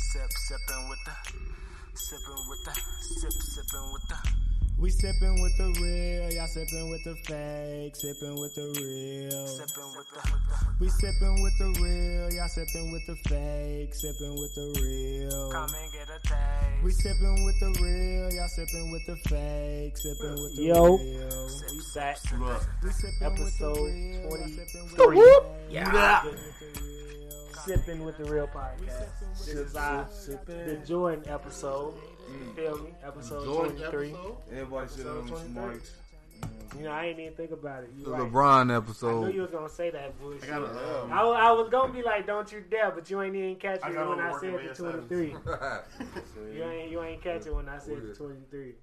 Sipping with the, sipping with the, sip, sipping with the. We sippin' with the real, y'all sippin' with the fake, sippin' with the real. Sipping with the, with the. We sippin' with the real, y'all sippin' with the fake, sippin' with the real. Come and get a taste. We sippin' with the real, y'all sippin' with the fake, sippin' with the Yo. real. We back. Look, We sippin' with the Episode real, y'all 20. sippin' with Whoop, the whoop. yeah. Sipping with the real podcast. This is our the Jordan episode. You feel me? Episode Mm. Jordan 23. episode? Everybody sit on some mics. You know, I ain't even think about it. You The right. LeBron I knew you episode. was gonna say that bullshit. I I, gotta, um, wa- I was gonna be like, "Don't you dare!" But you ain't even catch I it gotta when I work said away the at twenty silence. three. You See? ain't you ain't catch it when I said the Weird. twenty three.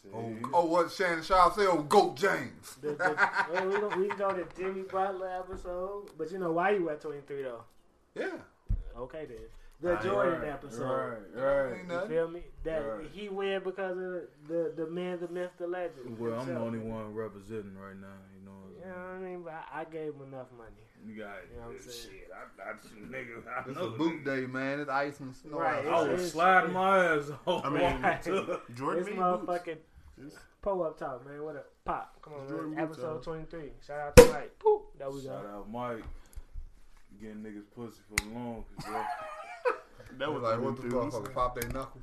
See? oh, oh, what Shannon Sharp say? Oh, Goat James. The, the, well, we go- we go to Jimmy Butler episode, but you know why you at twenty three though? Yeah. Okay then. The Jordan episode. Right, Ain't right. You nothing. feel me? That Right. he win because of the the man, the myth, the legend. Well, I'm the himself. only one representing right now. You know You what know I'm what I mean? But I, I gave him enough money. saying? You got You know what I'm saying? Shit, I, I, nigga, I It's know. a boot day, man. It's ice and snow. Right, I outside. it's- was sliding my ass off. I mean, This Jordan made boots. motherfucking pull up top, man. What up? Pop. Come on, Jordan man. Boots, Episode uh, 23. Shout out to Mike. Poop. There we Shout go. out Mike. Getting niggas pussy for long. 'cause, bro, That I was was like, what the dude. fuck? Pop their knuckle.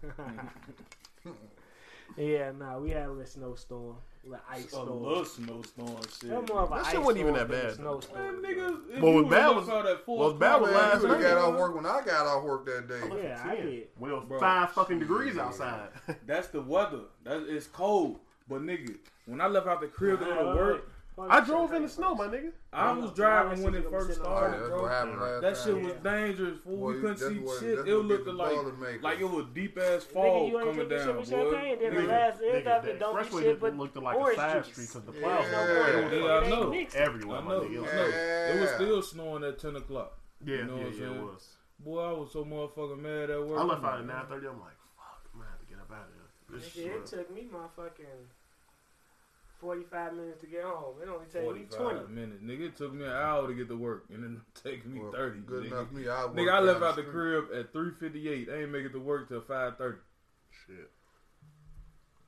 Yeah, nah, we had a little snowstorm. A little ice a storm. little snowstorm shit. That more of a That ice shit wasn't even storm than that a bad, though. snowstorm. Man, niggas, if Well, you what's bad would've was- looked out at four what's bad was o'clock, Man, last you would've night. got off work when I got off work that day. Yeah, I did. Well, it was Bro. five fucking degrees outside. That's the weather. That it's cold. But nigga, when I left out the crib to go to work, I drove in the snow, my nigga. I was driving when it first Oh, yeah, started, that's bro. what happened last That time. shit was dangerous. Fool, Boy, we couldn't that's see what- shit. that's It what looked get the like Boilermakers. like it was deep ass Nigga, fog you ain't coming drinking shit down, with boy. champagne. Then the Nigga, last end Nigga, of that it don't be expressway shit but didn't look like orange a side juice. street because Yeah. the plow Yeah, Ain't I know. mixed. everywhere, I my know, nigga. It was I know. like- It was Yeah. still snowing at ten o'clock. Yeah, You know yeah, what I'm yeah, it saying? was. Boy, I was so motherfucking mad at work. I left out at nine thirty. I'm like, fuck, I'm gonna have to get up out of here. This Nigga, it shit. took me motherfucking 45 minutes to get home. It only took me 20. 45 minutes, nigga. It took me an hour to get to work, and then it took me Well, thirty. Good nigga. enough for me. I Nigga, I left out the crib at three fifty eight. I ain't make it to work till five thirty. Shit.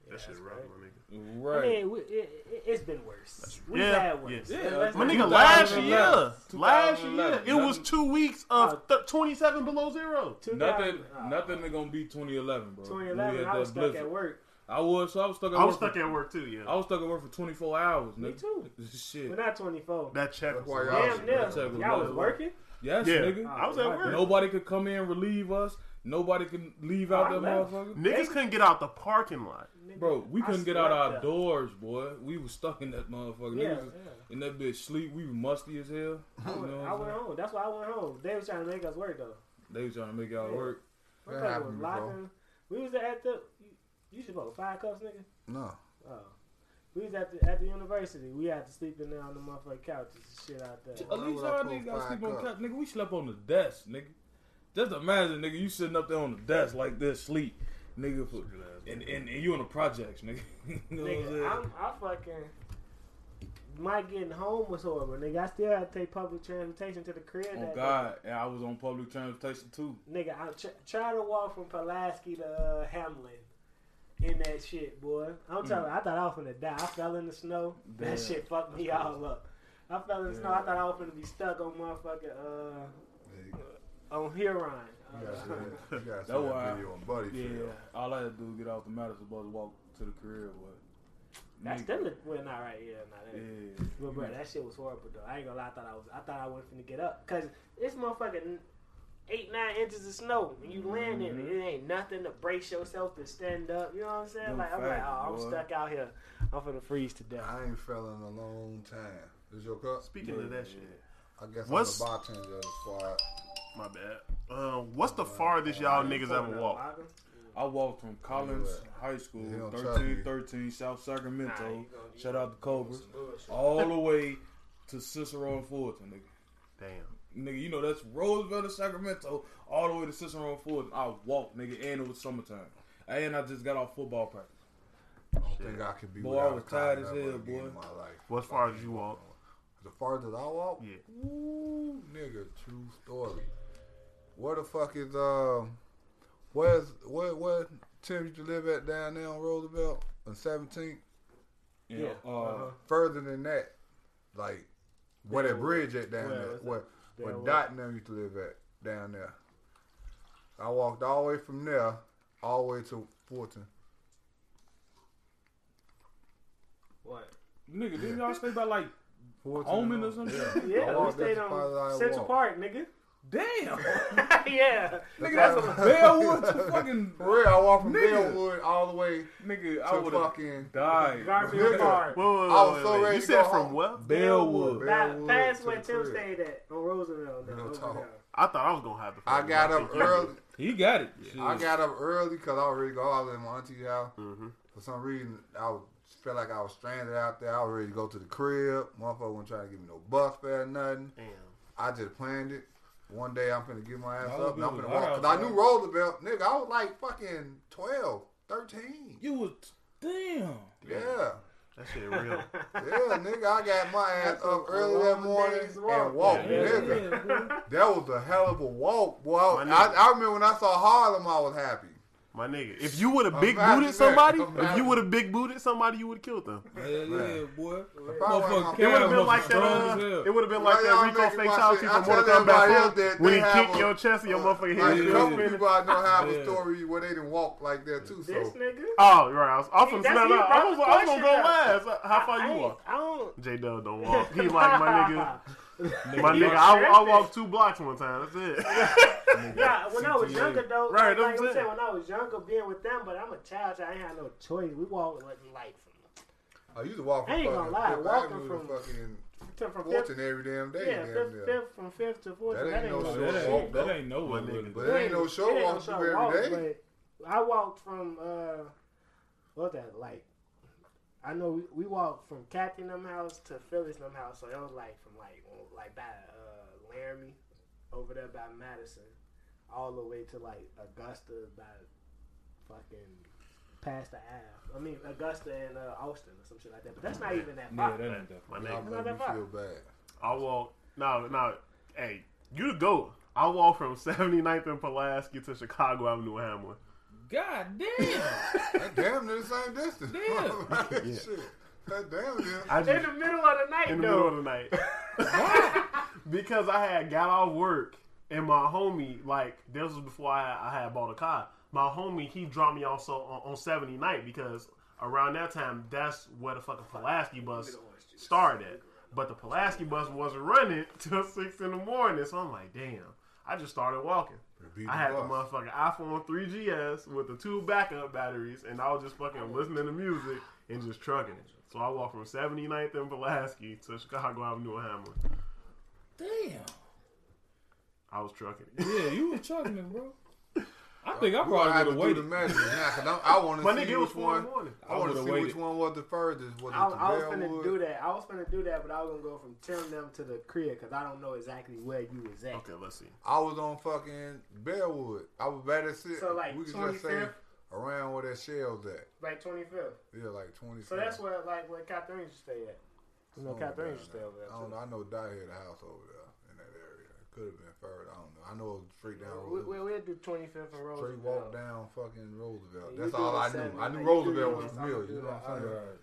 Yeah, That shit that's rough, crazy. my nigga. Right. I mean, we, it, it, it's been worse. We've Yeah, had worse. yeah. Let's- My Two nigga, thousand last eleven. year, Two last thousand year, eleven. it was two weeks Uh, of th- twenty-seven below zero. two Nothing, thousand- uh, nothing is gonna be 2011, bro. We 2011, had I was that stuck blizzard. at work. I was, so I was stuck at I work. was stuck for, at work too. Yeah, I was stuck at work for 24 hours, nigga. Me too. But Shit. not 24. that check. That's was why y'all- rough. Damn near. That check was Y'all was low. working? Yes, Yeah, nigga. Ah. I was at work. Nobody could come in and relieve us. Nobody could leave out I that left. motherfucker. Niggas couldn't get out the parking lot. Nigga, Bro, we I couldn't get out slept our there. doors, boy. We was stuck in that motherfucker. Yeah, Niggas was in that bitch sleep. We was musty as hell. You I know went, what I I'm went saying? home. That's why I went home. They was trying to make us work, though. They was trying to make y'all Yeah. work. My That cousin happened was before. locked in. We was at the. You, you supposed five cups, nigga? No. Oh. We was at the, at the university. We had to sleep in there on the motherfucking couches and shit out there. At Why least would I y'all pull niggas got five sleep on cups? couch. Nigga, we slept on the desk, nigga. Just imagine, nigga, you sitting up there on the desk like this, sleep, nigga. For, and, and, and you on the projects, nigga. you know what I'm saying? Nigga, I'm, I fucking. My getting home was horrible, nigga. I still had to take public transportation to the crib. Oh, that God. And I was on public transportation, too. Day. Nigga, I tr- try to walk from Pulaski to uh, Hamlin in that shit, boy. I'm telling you, I thought I was gonna die. I fell in the snow. Mm. Damn. That shit fucked me all up. I fell in the snow. I thought I was gonna be stuck on motherfucking uh, on Huron. Uh, You gotta see that, you gotta see That why- that video on Buddy Yeah. Field. All I had to do was get off the Madison bus, walk to the crib, but. that's nigga, still a, well, not right. Yeah, not that. Yeah. But bro, that shit was horrible though. I ain't gonna lie, I thought I was, I thought I wasn't finna get up, cause this motherfucking eight nine inches of snow and you land in it. It ain't nothing to brace yourself to stand up. You know what I'm saying? Them like I'm like, facts, oh, I'm boy. stuck out here. I'm finna freeze to death. I ain't fell in a long time. Is your cup? Speaking of that shit, I guess What's- I'm the bartender of the squad. my bad. Uh, what's the farthest y'all niggas ever walked? I walked from Collins Yeah. High School, They don't trust me. 1313 South Sacramento. Nah, you gonna- you shout out to Cobras. Bullshit. All the way to Cicero and Fullerton, nigga. Damn. Nigga, you know that's Roseville to Sacramento, all the way to Cicero and Ford. I walked, nigga, and it was summertime. And I just got off football practice. I don't think I could be Boy, I without was a tired condom as hell, ever again boy. In my life. What's farthest you walked? The farthest I walk? Yeah. Ooh, nigga, true story. Where the fuck is um Where's what what Tim used to live at down there on Roosevelt on Seventeenth? Yeah. Uh, Further than that, like where that bridge at down where there, was where There where was- Dot and them used to live at down there. I walked all the way from there, all the way to Fulton. What? Nigga, didn't y'all stay by like Fulton Omen uh, or something? Yeah, we walked stayed that farther I on Central walked. Park, nigga. damn? yeah. nigga, that's why- from Bellwood to fucking For real, I walked from Nigga. Bellwood all the way nigga. I to would have fucking died. Garfield Nigga. Park. Whoa, whoa, whoa, I was wait, so wait. ready You to said go from home. what? Bellwood. Pa- Bellwood Past to where the Tim crib. stayed at on Roosevelt. Real No, talk. I thought I was gonna have to. I got up early. He got it. I Shit. got up early because I was ready to go. I was at my auntie's house. Mhm. For some reason, I was, felt like I was stranded out there. I was ready to go to the crib. Motherfucker wasn't trying to give me no bus fare or nothing. Damn. I just planned it. One day I'm finna get my ass Y'all up and I'm was finna wild, walk. Because I bro. knew Roosevelt. Nigga, I was like fucking 12, 13. You was damn. Yeah. That shit real. Yeah, nigga, I got my ass a up early that long morning day's and walk. walked. Yeah, Nigga, yeah, boy. that was a hell of a walk, boy. I, My nigga. I remember when I saw Harlem, I was happy. My nigga, if you would have I'm big out booted of somebody, there. I'm if out. you would have big booted somebody, you would have killed them. Hell yeah, boy. Probably wasn't Motherfucker, my It would have Cam been was like that. strong Uh, as hell. it would have been like Why that y'all Rico making fake my child shit- chief I from tell Mortal Kombat everybody else 4 that when they he have kicked a- your chest and your motherfucking Like, head. a Yeah. fell couple in. people I know have Yeah. a story where they didn't walk like that too. So This nigga? Oh, right. I was, I was, See, no, that's no, you, I bro. was, I was gonna go Question. last. How far I, you ain't- walk? I don't. J Dub don't walk. He like my nigga. My You nigga, I, I tripping. walked two blocks one time. That's it. Yeah, when I was CTA. younger though, Right, like that's what I'm I'm saying, when I was younger, being with them, but I'm a child, so I ain't had no choice. We walked like like from I used to walk from I ain't fucking gonna lie, Fifth walking Avenue from- to fucking to- from fifth, Fulton every damn day. yeah, damn fifth, near. fifth from fifth to fourth. That that ain't ain't no no short That shit. ain't, walk, that though. aink no My one. nigga, with but it. it ain't no It short ain't no walk short through walk, every day. but I walked from uh, what that like? I know we, we walked from Kathy and them house to Phyllis and them house, so it was like from like like by uh, Laramie over there by Madison, all the way to like Augusta by fucking past the Ave. I mean Augusta and uh, Austin or some shit like that. But that's not even that Yeah, far. that ain't that. My Y'all nigga, make me feel bad. I walk. No, no. Hey, you the goat. I walk from 79th and Pulaski to Chicago Avenue and Hamlin. God damn. That damn near the same distance. Damn. Shit. That damn near. I In just the middle of the night, in the middle though. of the night because I had got off work and my homie like this was before I, I had bought a car. My homie he dropped me also on, on 79th because around that time that's where the fucking Pulaski bus started at. But the Pulaski bus wasn't running till six in the morning, so I'm like, damn. I just started walking. Beat I had the bus. motherfucking iPhone 3GS with the two backup batteries, and I was just fucking listening to music and just trucking it. So I walked from 79th and Pulaski to Chicago Avenue and Hamlin. Damn. I was trucking it. Yeah, you was chugging it, bro. I think I We gonna probably have would to do have the waited. magic now, 'cause I'm- I want My to see nigga, it was which four in one. the morning. I want to would've see which waited. one was the furthest. Was it I, to I was finna do Bellwood? that. I was finna do that, but I was gonna go from Tim them to the crib because I don't know exactly where you was at. Okay, let's see. I was on fucking Bellwood. I was better sit. So, like, we could just say 25th? around where that shell's at. Like twenty fifth. Yeah, like twenty. So that's where like where Catherine used to stay at. You know, Somewhere Catherine down used to stay there. over there I too. don't know. I know Dot had a house over there in that area. It could have been further. I don't know. I know it was straight down We, we, Roosevelt. we'll do 25th and Roosevelt. Straight walk down fucking Roosevelt. You That's do all the I knew. seven, I knew like, you Roosevelt do was the- I'ma do a mill. You know what the I'm other. saying?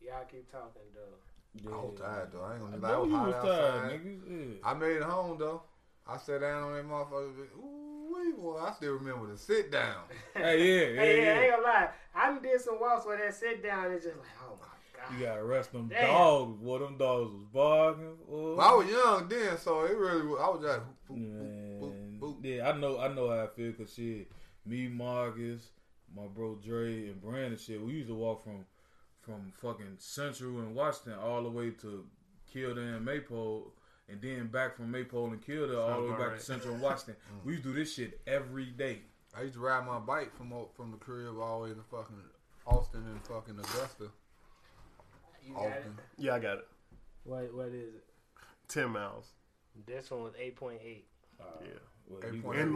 Y'all keep talking, though. Yeah. I was tired though. I ain't I gonna lie. I know was you hot was outside. tired, nigga. Yeah. I made it home though. I sat down on that motherfucker. Ooh, wee boy. I still remember the sit down. Hey, yeah, Hey, yeah, I yeah, ain't yeah. gonna lie. I done did some walks where that sit down is just like, oh my You god. gotta rest them Damn. dogs. Boy, them dogs was barking. Oh. But I was young then, so it really was. I was just boop, boop, boop, Man. boop. Yeah, I know, I know how I feel. Cause shit, me, Marcus, my bro Dre, and Brandon, shit, we used to walk from from fucking Central and Washington all the way to Kilda and Maypole, and then back from Maypole and Kilda all Sounds the way about back right. to Central and Washington. we used to do this shit every day. I used to ride my bike from o- from the crib all the way to fucking Austin and fucking Augusta. You got it? Austin. Yeah, I got it. What, what is it? 10 miles. This one was 8.8. Yeah. Uh, Well, Eight you point got- And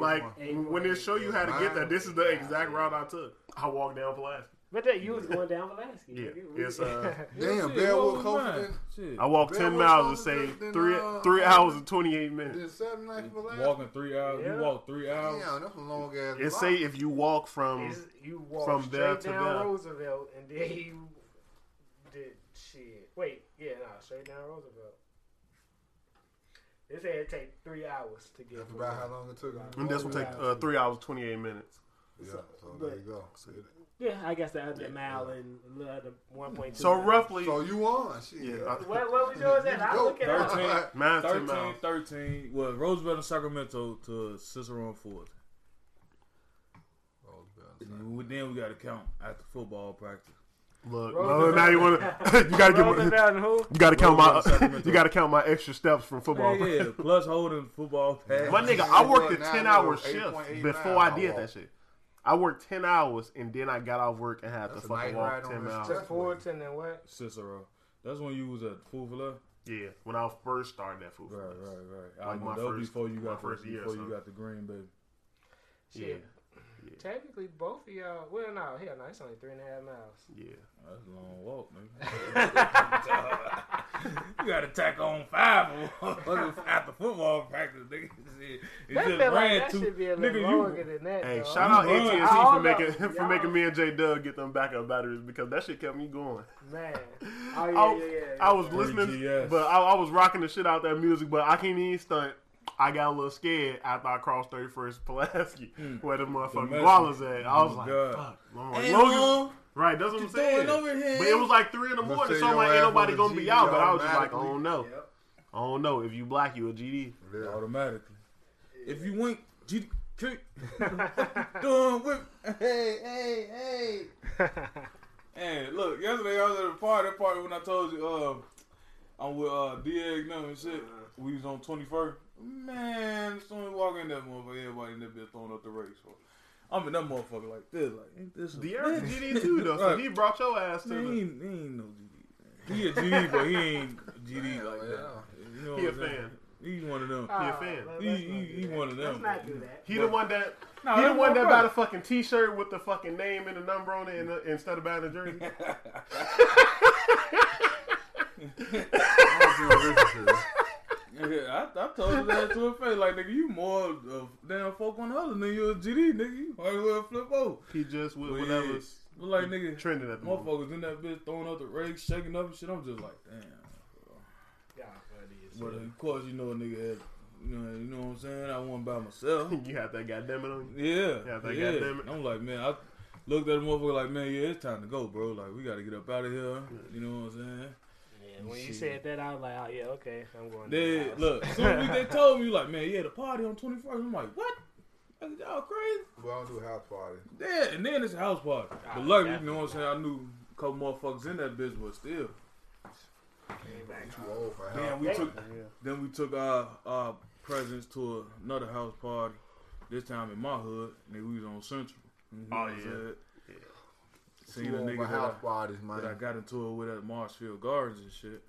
like, when they show you how to get there, this is the exact route I took. I walked down Pulaski. But that you was going down Velasquez. Yeah, nigga. We- it's uh. Damn, Shit, Bear what Wolf was Coast mine? Shit. I walked Man, ten what's miles and wrong with saved that- three that, uh, three hours and twenty eight minutes. Then Saturday night for last. Walking three hours. Yeah. You walk three hours. Damn, that's a long ass. It block. say if you walk from It's- you walk Um, from straight there to down there. Roosevelt, and then you did shit. Wait, yeah, nah, straight down Roosevelt. They said it take three hours to get That's from about there. how long it took. and this will take uh, three hours twenty eight minutes. Yeah, so there But- you go. See Yeah, I guess the other mile and the other one point two. So miles. that. roughly, So you won. Shit. yeah, I- What, what was yours at? I Go. look at Thirteen. it. mine's ten 13, miles. 13. Well, Roosevelt and Sacramento to Cicero and Ford. Oh, And we- Then we got to count after football practice. Look, Roosevelt. now you want to you got to get Roosevelt and who? you got to count my Roosevelt. you got to count my extra steps from football. Yeah, yeah, plus holding football pass. My nigga, I worked a ten hour 8.89 shift before I did hour. that shit. I worked ten hours and then I got off work and had That's to a fucking night walk ride on ten this miles. trip. To Fullerton and what? Cicero. That's when you was at Fuvula. Yeah, when I first started that food. Right, right, right. I Like remember my that was first- before you my got first the, year or before you something. got the green, baby. Shit. Yeah, Technically, both of y'all. Well, no, hell no, it's only three and a half miles. yeah. That's a long walk, nigga. you got to tack on five after football practice, nigga. Shit, It That just feel like ran that too- should be a nigga, little you- longer than that. Hey, though. shout out Run. AT&T I for don't making know. for making me and J Dub get them backup batteries because that shit kept me going. man. Oh yeah, yeah, I, yeah. I was Free listening, GS. but I, I was rocking the shit out that music, but I can't even stunt. I got a little scared after I crossed 31st Pulaski, where the motherfucking mess. Gualas at. I was Oh, like, God. fuck, Lord. Hey, Logan- Lon, Right, that's what I'm you throwing saying. over here. But it was like 3 in the morning, say so I'm your like, ain't ass nobody on gonna the be GD out, but I was just like, I automatically. don't know. Yep. I don't know. If you black, you a GD. Yeah. automatically. If you wink, G- K- doing whip. Hey, hey, hey. Hey, look, yesterday I was at a party, party when I told you, uh, I'm with uh, DX now and shit. Uh-huh. We was on 21st. Man, as soon as we walk in that motherfucker, everybody in that bitch throwing up the race. So I'm in that motherfucker like this, like, ain't this a The Eric bitch? GD too, though, so Right. he brought your ass to Man, the. he ain't, he ain't no GD. man. He a GD, but he ain't GD like that. You know He a what I'm saying? fan. He's one of them. Oh, a fan. let- He- let's not he- do he that. one of Let's them. not do that. He the one that No, he the that's one my that brother. buy the fucking T-shirt with the fucking name and the number on it, and the, instead of buying the jersey. Yeah, I, I told her that to her face. Like, nigga, you more uh, damn folk on the other than you a GD, nigga. You might as well flip over. he just with But yeah, whatever's But like, nigga, trending at the moment. motherfuckers in that bitch throwing up the rake, shaking up and shit. I'm just like, damn. Yeah, buddy, it's- But of course, you know a nigga had, you know, you know what I'm saying? I wasn't by myself. You had that goddamn it on you. Yeah. Yeah, they yeah. goddamn it. I'm like, man, I looked at the motherfucker like, man, yeah, it's time to go, bro. Like, we got to get up out of here. You know what I'm saying? Yeah, when you Shit. said that, I was like, oh, yeah, okay, I'm going. to the They house. look. Soon as they told me, like, man, yeah, the party on 21st. I'm like, what? I said, Y'all crazy? Well, I don't do house parties. Yeah, and then it's a house party. Ah, But luckily, you definitely. know what I'm saying? I knew a couple motherfuckers in that bitch, but still. Came I'm back. too old for Then house. we yeah. took then we took our our presents to another house party. This time in my hood, nigga, we was on Central. You know Oh, what I'm yeah. saying? Seen Too a old nigga for that I- house parties, But I man. got into it with at Marshfield Gardens and shit.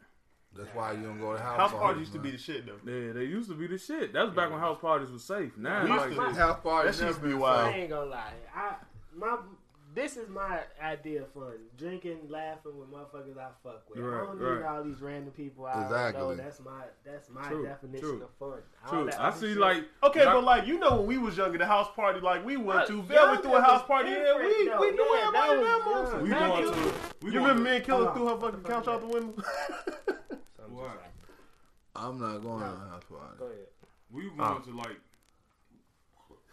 That's why you don't go to house House parties. party used to be man. the shit though. Yeah, they used to be the shit. That was back when house parties was safe. Now, We used like, to- the- house That parties. shit used to be never been wild. I ain't gonna lie. I my this is my idea of fun: drinking, laughing with motherfuckers I fuck with. I Right, don't need right. all these random people. I Exactly. know that's my that's my True, definition true, of fun. All true. that I other see, shit- like, Okay, when I- but like you know when we was younger, the house party like we went Look, to. Velvet through a younger house was party. Yeah, we different, we though. knew Yeah, that everybody in that was motherfucker. good. we Man, going you- to. We You going remember me and Killer Hold threw her on. fucking couch out the window? I'm just Why? like, I'm not going to No. house parties. go ahead. We going Uh. to like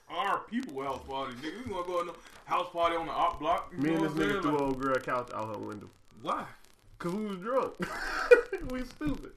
our people house party, nigga. We gonna go in the house party on the op block. You Me know and what this I'm nigga saying? threw Like, old girl couch out her window why? because we was drunk. we stupid.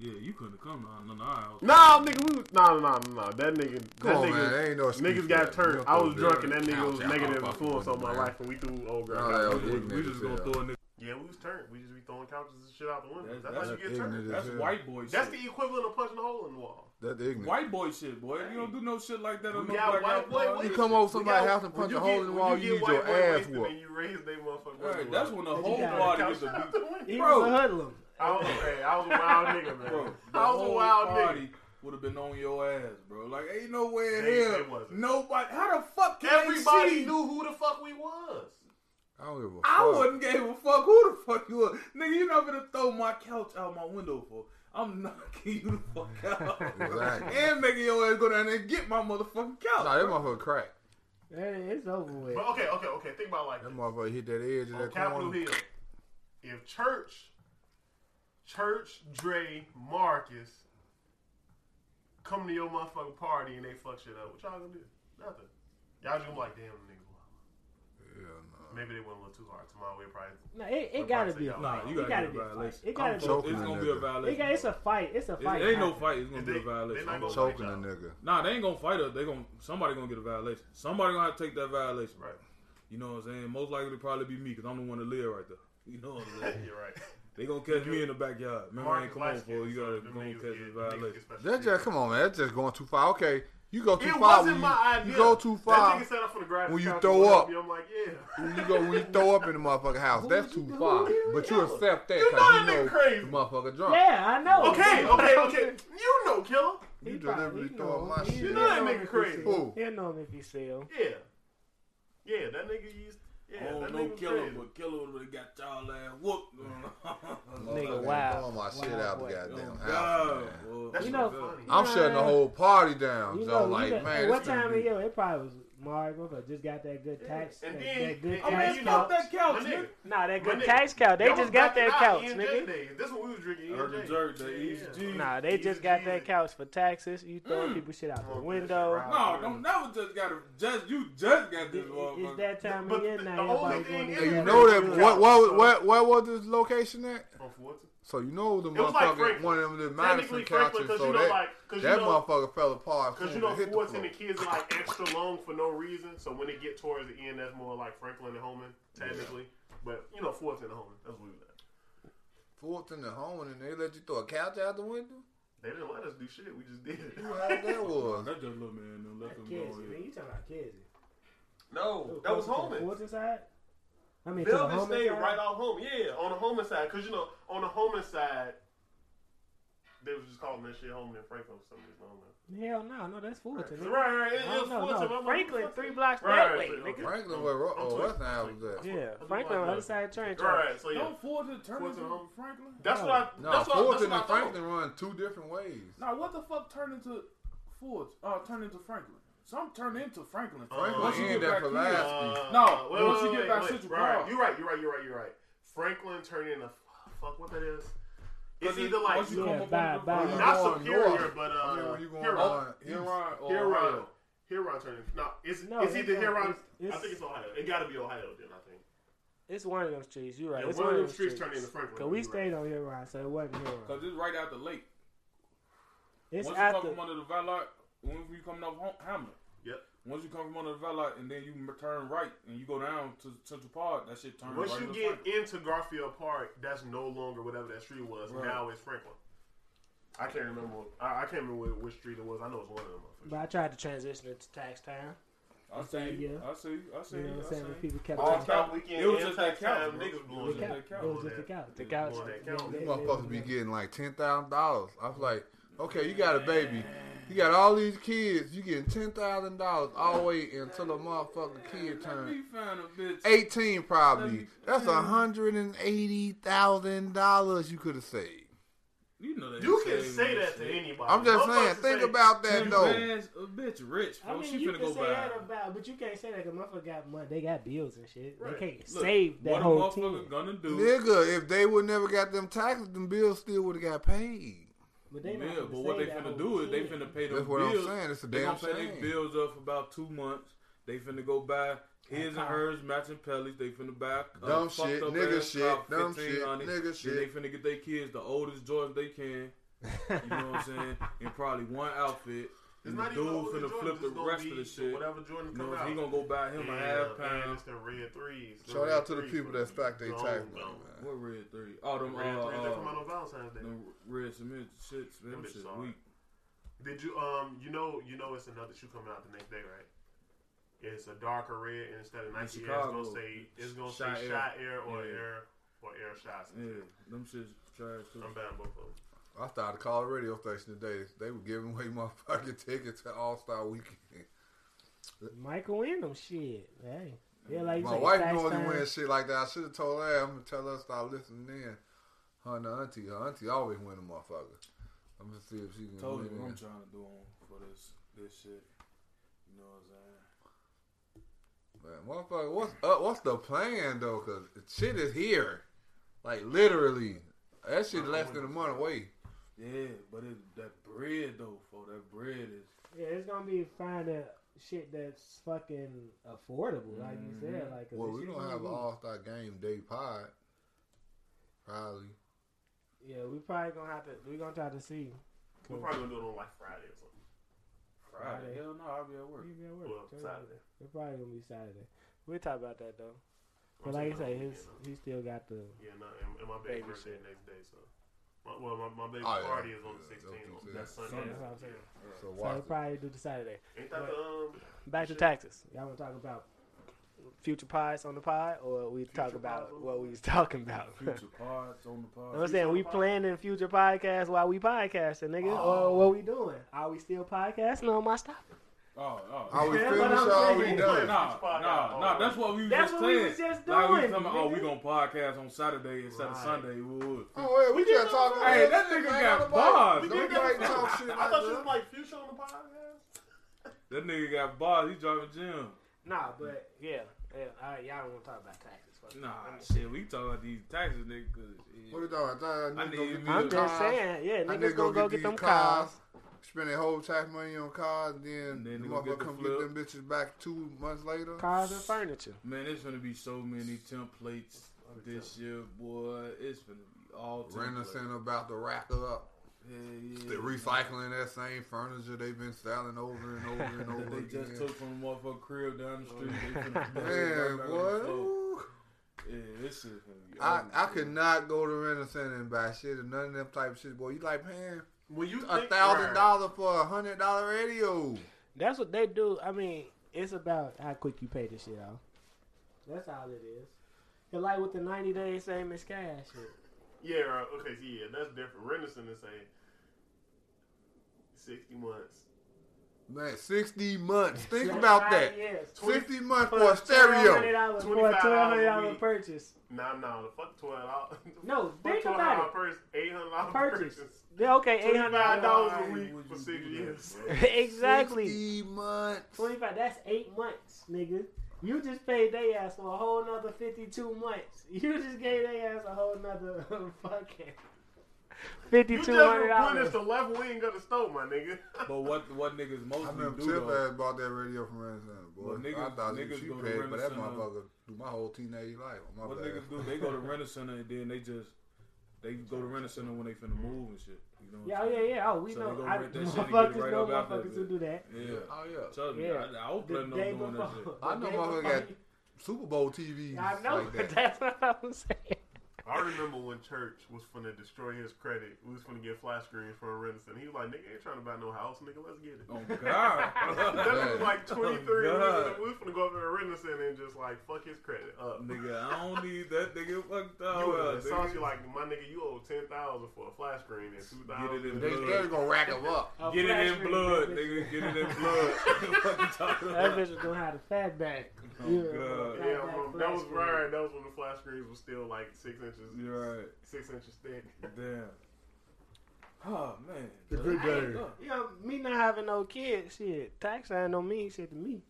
Yeah, you couldn't have come to none of our house. Nah, nigga, we was nah, nah, nah. That nigga, Come that on, man. nigga, There ain't no excuse for niggas got that. turned. You I don't was go drunk, there. and that nigga was Couch out, negative fuck influence with on my you, man. life, and we threw old No, that girl. was couches. We, ignorant we just as gonna hell. throw a nigga. Yeah, we was turned. We just be throwing couches and shit out the window. That's- That's, how that's you get ignorant turned. as That's hell. white boy shit. That's the equivalent of punching a hole in the wall. That's ignorant. white boy shit, boy. You don't do no shit like that on We no got black white boy. house party. wasted. come over We somebody's got- house and when punch you a hole get- in the when wall, you get need white your boy ass wasted whooped. And you raise they motherfucking Right, window that's up. when the you whole got a party Couch gets a out beat. the window. He Bro. was a hoodlum. I was, hey, I was a wild nigga, man. Bro, the I was a whole wild party nigga. would have been on your ass, bro. Like, ain't no way in They- hell. they wasn't. Nobody. How the fuck can they Everybody see? knew who the fuck we was. I don't give a fuck. I wouldn't give a fuck who the fuck you are. Nigga, you not gonna throw my couch out my window for. I'm knocking you the fuck out. Exactly. and making your ass go down there and get my motherfucking couch. Nah, that motherfucker crack. Man, it's over with. But okay, okay, okay. Think about it like That this. motherfucker hit that edge of on that Capitol corner. Hill. If Church, Church, Dre, Marcus come to your motherfucking party and they fuck shit up, what y'all gonna do? Nothing. Y'all just gonna be like, damn, them niggas. wild. Yeah, no. Maybe they went a little too hard. Tomorrow we probably. No, it, Or it gotta boxing be a out. Nah, fight. you It gotta, gotta get be a a fight. violation. It gotta I'm be. fuck- choking It's gonna that be a nigga. violation. It got, it's a fight. It's a It fight. ain't no happening. fight. It's If gonna be a they- they violation. not gonna- Choking a nigga. Nah, they ain't gonna fight us. They gonna somebody gonna get a violation. Somebody gonna have to take that violation. Right. You know what I'm saying? Most likely probably be me because I'm the one that live right there. You know what I'm saying? You're right. they gonna catch me in the backyard. Remember, I ain't come on Marcus for you. Gotta light-skinned, so go and them catch niggas this get- them niggas violation. get special That's just treatment. come on, man. That's just going too far. Okay, you go too It far. wasn't when my you, idea. you go too That far. nigga set up for the graphic when you couch throw or up. whatever, I'm like, yeah. When you go when you throw up in the motherfucking house, that's too far. But you accept that You because know you that nigga know crazy. the motherfucker drunk. Yeah, I know. Okay, okay, okay. You know, killer. You He probably deliberately throwing know. my He shit. You know that know nigga if crazy. he sell. Who? He'll know him if he sell. Yeah. Yeah, that nigga used. Yeah, I that don't nigga know was Oh, Killer, crazy. but Killer would have got y'all ass whooped. Motherfucker Nigga, wow. Throwing my shit Wow, out the boy. goddamn Oh, house. God. man. Well, That's You so know- funny. I'm shutting the whole party down. You so know, like, you know, man, what this nigga time be- of year? It probably was Mark Motherfucker just got that good tax. And that, then- that good and- I and man, tax you couch. fuck that couch, My nigga. nigga. Nah, that My good nigga, tax couch. They That was just got back in that our couch, E&J nigga. days. This when we was drinking Urban E&J. Jerk, the Yeah. ESG. Nah, they just got that couch for taxes. You throwing Mm. people shit out the Oh, window. that's No, don't never just got to judge. You just got this It's motherfucker. that time But of year the- the now. only Everybody thing going is- to And you Yeah, know yeah, that yeah. what what what where was this location at? On Fulton. So you know the It was like motherfucker Franklin. one of them the Technically Madison Franklin, couches. because So you know, that like, because you that know, motherfucker fell apart. because you soon know, as it hit the Fulton and floor. the kids are like extra long for no reason. So when it get towards the end, that's more like Franklin and Holman, technically. But you know, Fulton and Holman, that's what we was at. Fulton and home and they let you throw a couch out the window. They didn't let us do shit. We just did it. You know how that was? That just little man. Them left him Kids, man, going. you talking about kids? no, that was Holman. What's inside? I mean, to the Building Holman stayed side? right off home. Yeah, on the Holman side, because you know, on the Holman side, they was just calling that shit Holman and Franklin for some reason. I don't know. Hell no, no, that's Fulton. nigga. Right, right. It, I it was don't know, Fulton. no, Franklin, three blocks Right, that right, way, right, nigga. okay. Franklin, where I'm oh, sorry. West House was at? Yeah, That's Franklin what I on the other thought. side of train Right, tracks. right. So yeah, Don't Ford um, and turn Fulton into Home. Franklin? that's what I. No, that's what, Fulton that's what and I thought. Franklin run two different ways. Now what the fuck turned into Ford? Uh, turned into Franklin. Some turned into Franklin. Franklin Once you and get back that here. Pulaski. Uh, No, once you get back Central right, Park. You're right. You're right. You're right. You're right. Franklin turned into fuck what that is. It's Cause it- either like once you come Yeah, up bye, on the- bye. You're not going superior, north. but uh, I mean, when you going Huron. on Heron east, or Huron. Ohio. Huron turned into no. It's No, it's it's either not. Huron. It's- it's- I think it's Ohio. It got to be Ohio then. I think. It's one of them streets. You're right. Yeah, it's one of them streets turned into Franklin. Cause we You're right. stayed on Huron, so it wasn't Huron. Cause it's right out the lake. It's Once you after. come from under the Valley, when you coming up Hom- Hamlet. Yep. Once you come from under the Valley, and then you m- turn right and you go down to Central Park, that shit turns Once right you to get Franklin. into Garfield Park, that's no longer whatever that street was. Right. Now it's Franklin. I can't remember. What, I, I can't remember which street it was. I know it's one of them. motherfuckers. But I tried to transition it to Tax Town. I see. you. Yeah. I see. you. I see. You know you. what I'm I see. saying? you. When people kept All talking count- count weekend, It was and just that tax couch. time, bro. niggas blowing It was the just couch. that couch. It was just the couch. The couch. Boy, that Yeah, couch. yeah, you yeah, motherfuckers be yeah. getting like ten thousand dollars. I was like, okay, you got a baby, you got all these kids, you getting ten thousand dollars all the way until the motherfucking kid Let turns me find a bitch. 18 probably. That's a hundred and eighty thousand dollars you could have saved. You know that. You can say that to any. anybody. I'm just Motherfuckers saying, think say, about that Ten though. bands, a bitch rich, I bro. mean, she you finna can go say that buy. about, but you can't say that because motherfucker got money. They got bills and shit. Right. They can't Look, save that what whole a motherfucker team. gonna do? Nigga, if they would never got them taxes, them bills still would have got paid. But Yeah, they not but what they save that finna whole do is they team. finna pay them That's what I'm bills. saying. It's a They damn gonna pay shame. their bills up for about two months. They finna go buy his and car. hers matching pellies. They finna buy uh, Dumb fucked shit, up nigga ass shit, car, dumb shit, 1500. nigga Then shit. They finna get their kids the oldest Jordans they can. You know what I'm saying? And probably one outfit. It's And not the even dude over finna Jordan, flip the it's gonna rest be of the shit. Whatever Jordan You come know, out. he gonna go buy him yeah, a half man, pound. it's the red threes. the Shout red out to the threes people for that the stack their gone, tax money, gone. man. What red three? Oh, them, uh, Red threes that uh, come out on Valentine's Day. them red cement shits, Them man. Them bitches shit hard. weak. Did you um you know you know it's another shoe coming out the next day, right? It's a darker red and instead of Nike Air, it's Chicago. gonna say it's gonna Shot say Air. shot air or Yeah. air or air shots. Yeah, them shits trash too. I'm buying both of them. I started calling radio station today. They were giving away motherfucking tickets to All Star Weekend. Michael in them shit. Hey, Yeah, like you My say, wife tax normally time. wins shit like that. I should have told her. I'm gonna tell her to start listening in. Her and her auntie. Her auntie always win a motherfucker. I'm gonna see if she can Told you win. what I'm it. trying to do on for this this shit. You know what I'm saying? Man, motherfucker, what's up? What's the plan though? Cause shit is here. Like literally, that shit less than a month away. Yeah, but it, that bread though, for that bread is Yeah, it's gonna be finding shit that's fucking affordable, like Mm-hmm. you said. Mhm. Like, 'cause Well, the we shit gonna have an be- All Star Game Day pod. Probably. Yeah, we probably gonna have to. We gonna try to see. We're probably gonna do it on like Friday or something. Friday. Friday. Hell no, I'll be at work. You be at work. Well, Tell me about Saturday. it. It's probably gonna be Saturday. We'll talk about that though. I'm But like I saying say, on the his weekend, he still got the. though. Yeah, no, and, and my baby Baby birthday shit. next day, so. My, well, my, my baby Oh, yeah. party is on the Yeah, 16th. that's what on- you That's said. Sunday. That's what I'm saying. So So watch we'll it. probably do the Saturday. Ain't that the, um, Back to Shit. taxes. Y'all wanna talk about future pies on the pie, or we talk Future about pies on what the we was talking about? Future pods on You the know what I'm pod. saying? We Future planning future podcasts while we podcasting, nigga. Oh. Or what we doing? Are we still podcasting or am I stopping? Oh, oh. Are we That's what finished? I'm or Are we saying. Nah, done? nah, nah, nah. That's what we was That's just what we saying. was just Like, we was doing, talking about, oh, we nigga. gonna podcast on Saturday instead of Right. Sunday. We would. Oh yeah, we did just talking. Hey, about that shit, nigga man. got Nobody- bars. nobody Nigga got- talk shit I like thought you that. was like Future on the podcast. That nigga got bars. He driving gym. Nah, but yeah, yeah. All right, y'all don't want to talk about taxes. Fuck it. Nah, I'm just- shit. We talk about these taxes, nigga. 'cause, yeah. What are you doing? I I need to go need get me me I'm some the just cars. saying, yeah, I niggas gonna go get, them these cars. Spend their whole tax money on cars, and then, And then the they gonna get motherfucker the come get flip. them bitches back two months later. Cars and furniture. Man, there's gonna be so many templates this year, boy. It's gonna be all Renter templates. center about to rack up. Yeah, yeah. They're recycling that same furniture they've been selling over and over and That over they again. just took from the motherfucker crib down the street. They finna put it right Man, back on boy. the floor. ooh. Yeah, this shit finna be I, ugly, I boy. could not go to Renter Center and buy shit and none of them type of shit, boy. You like paying When you a think- thousand right. dollars for a hundred dollar radio. That's what they do. I mean, it's about how quick you pay this shit off. That's all it is. It's like with the 90 days same as cash. Shit. Yeah, right. okay, so yeah, that's different. Renderson is saying 60 months. Man, sixty months. Think That's about five that. years. Sixty months For for a stereo. $1,200 For a $25 a $1,200 week. purchase. Nah, nah, the fuck twelve dollars. No, think twelve about dollar it. purse, eight hundred dollar Purchase. purchase. Yeah, okay, Twenty-five $800. dollars a Why week would for you six do that, years. bro? exactly. Sixty months. 25, that's eight months, nigga. You just paid they ass for a whole nother 52 months. You just gave they ass a whole nother fucking You just $5,200. replenished the left wing of the stove, my nigga. But what what niggas I mostly remember do Tip though? had bought that radio from Rent Center, boy. Well, niggas- I thought niggas niggas she go to paid, but that Rent-A-Center. motherfucker do my whole teenage life. On my What bad. niggas do? They go to Rent a Center and then they just they go to Rent a Center when they finna move and shit. You know? What Yeah, I'm oh, yeah, saying? yeah. Oh, we So they know. gonna I, rent that shit and get it motherfuckers right know up out that motherfuckers who bitch. do that. Yeah. Oh yeah, Tell me, Yeah. I, I don't The plan on day doing before. that shit. I The know day motherfucker before got- you- Super Bowl TVs I know, like but that. that's what I'm saying. I remember when Church was finna destroy his credit. We was finna get flat screens from Renderson. He was like, nigga, ain't trying to buy no house, nigga, let's get it. Oh God, Oh, That was like 23. we, God. was, we was finna go up to Renderson and just like fuck his credit up. nigga, I don't need that nigga fucked You up. would've been nigga. saucy like my nigga, you owe ten thousand for a flat screen and two Get it in thousand. They they're gonna rack them up. A Get flash it in read, blood, that bitch- nigga. Get it in blood. What you talking That about? bitch was gonna have a fat back. Oh, God. Yeah, well, that was right. That was when the flat screens were still like six inches, You're right. six inches thick. Damn. Oh man. The good days. Yeah, me not having no kids, shit. Tax ain't on me, shit to me.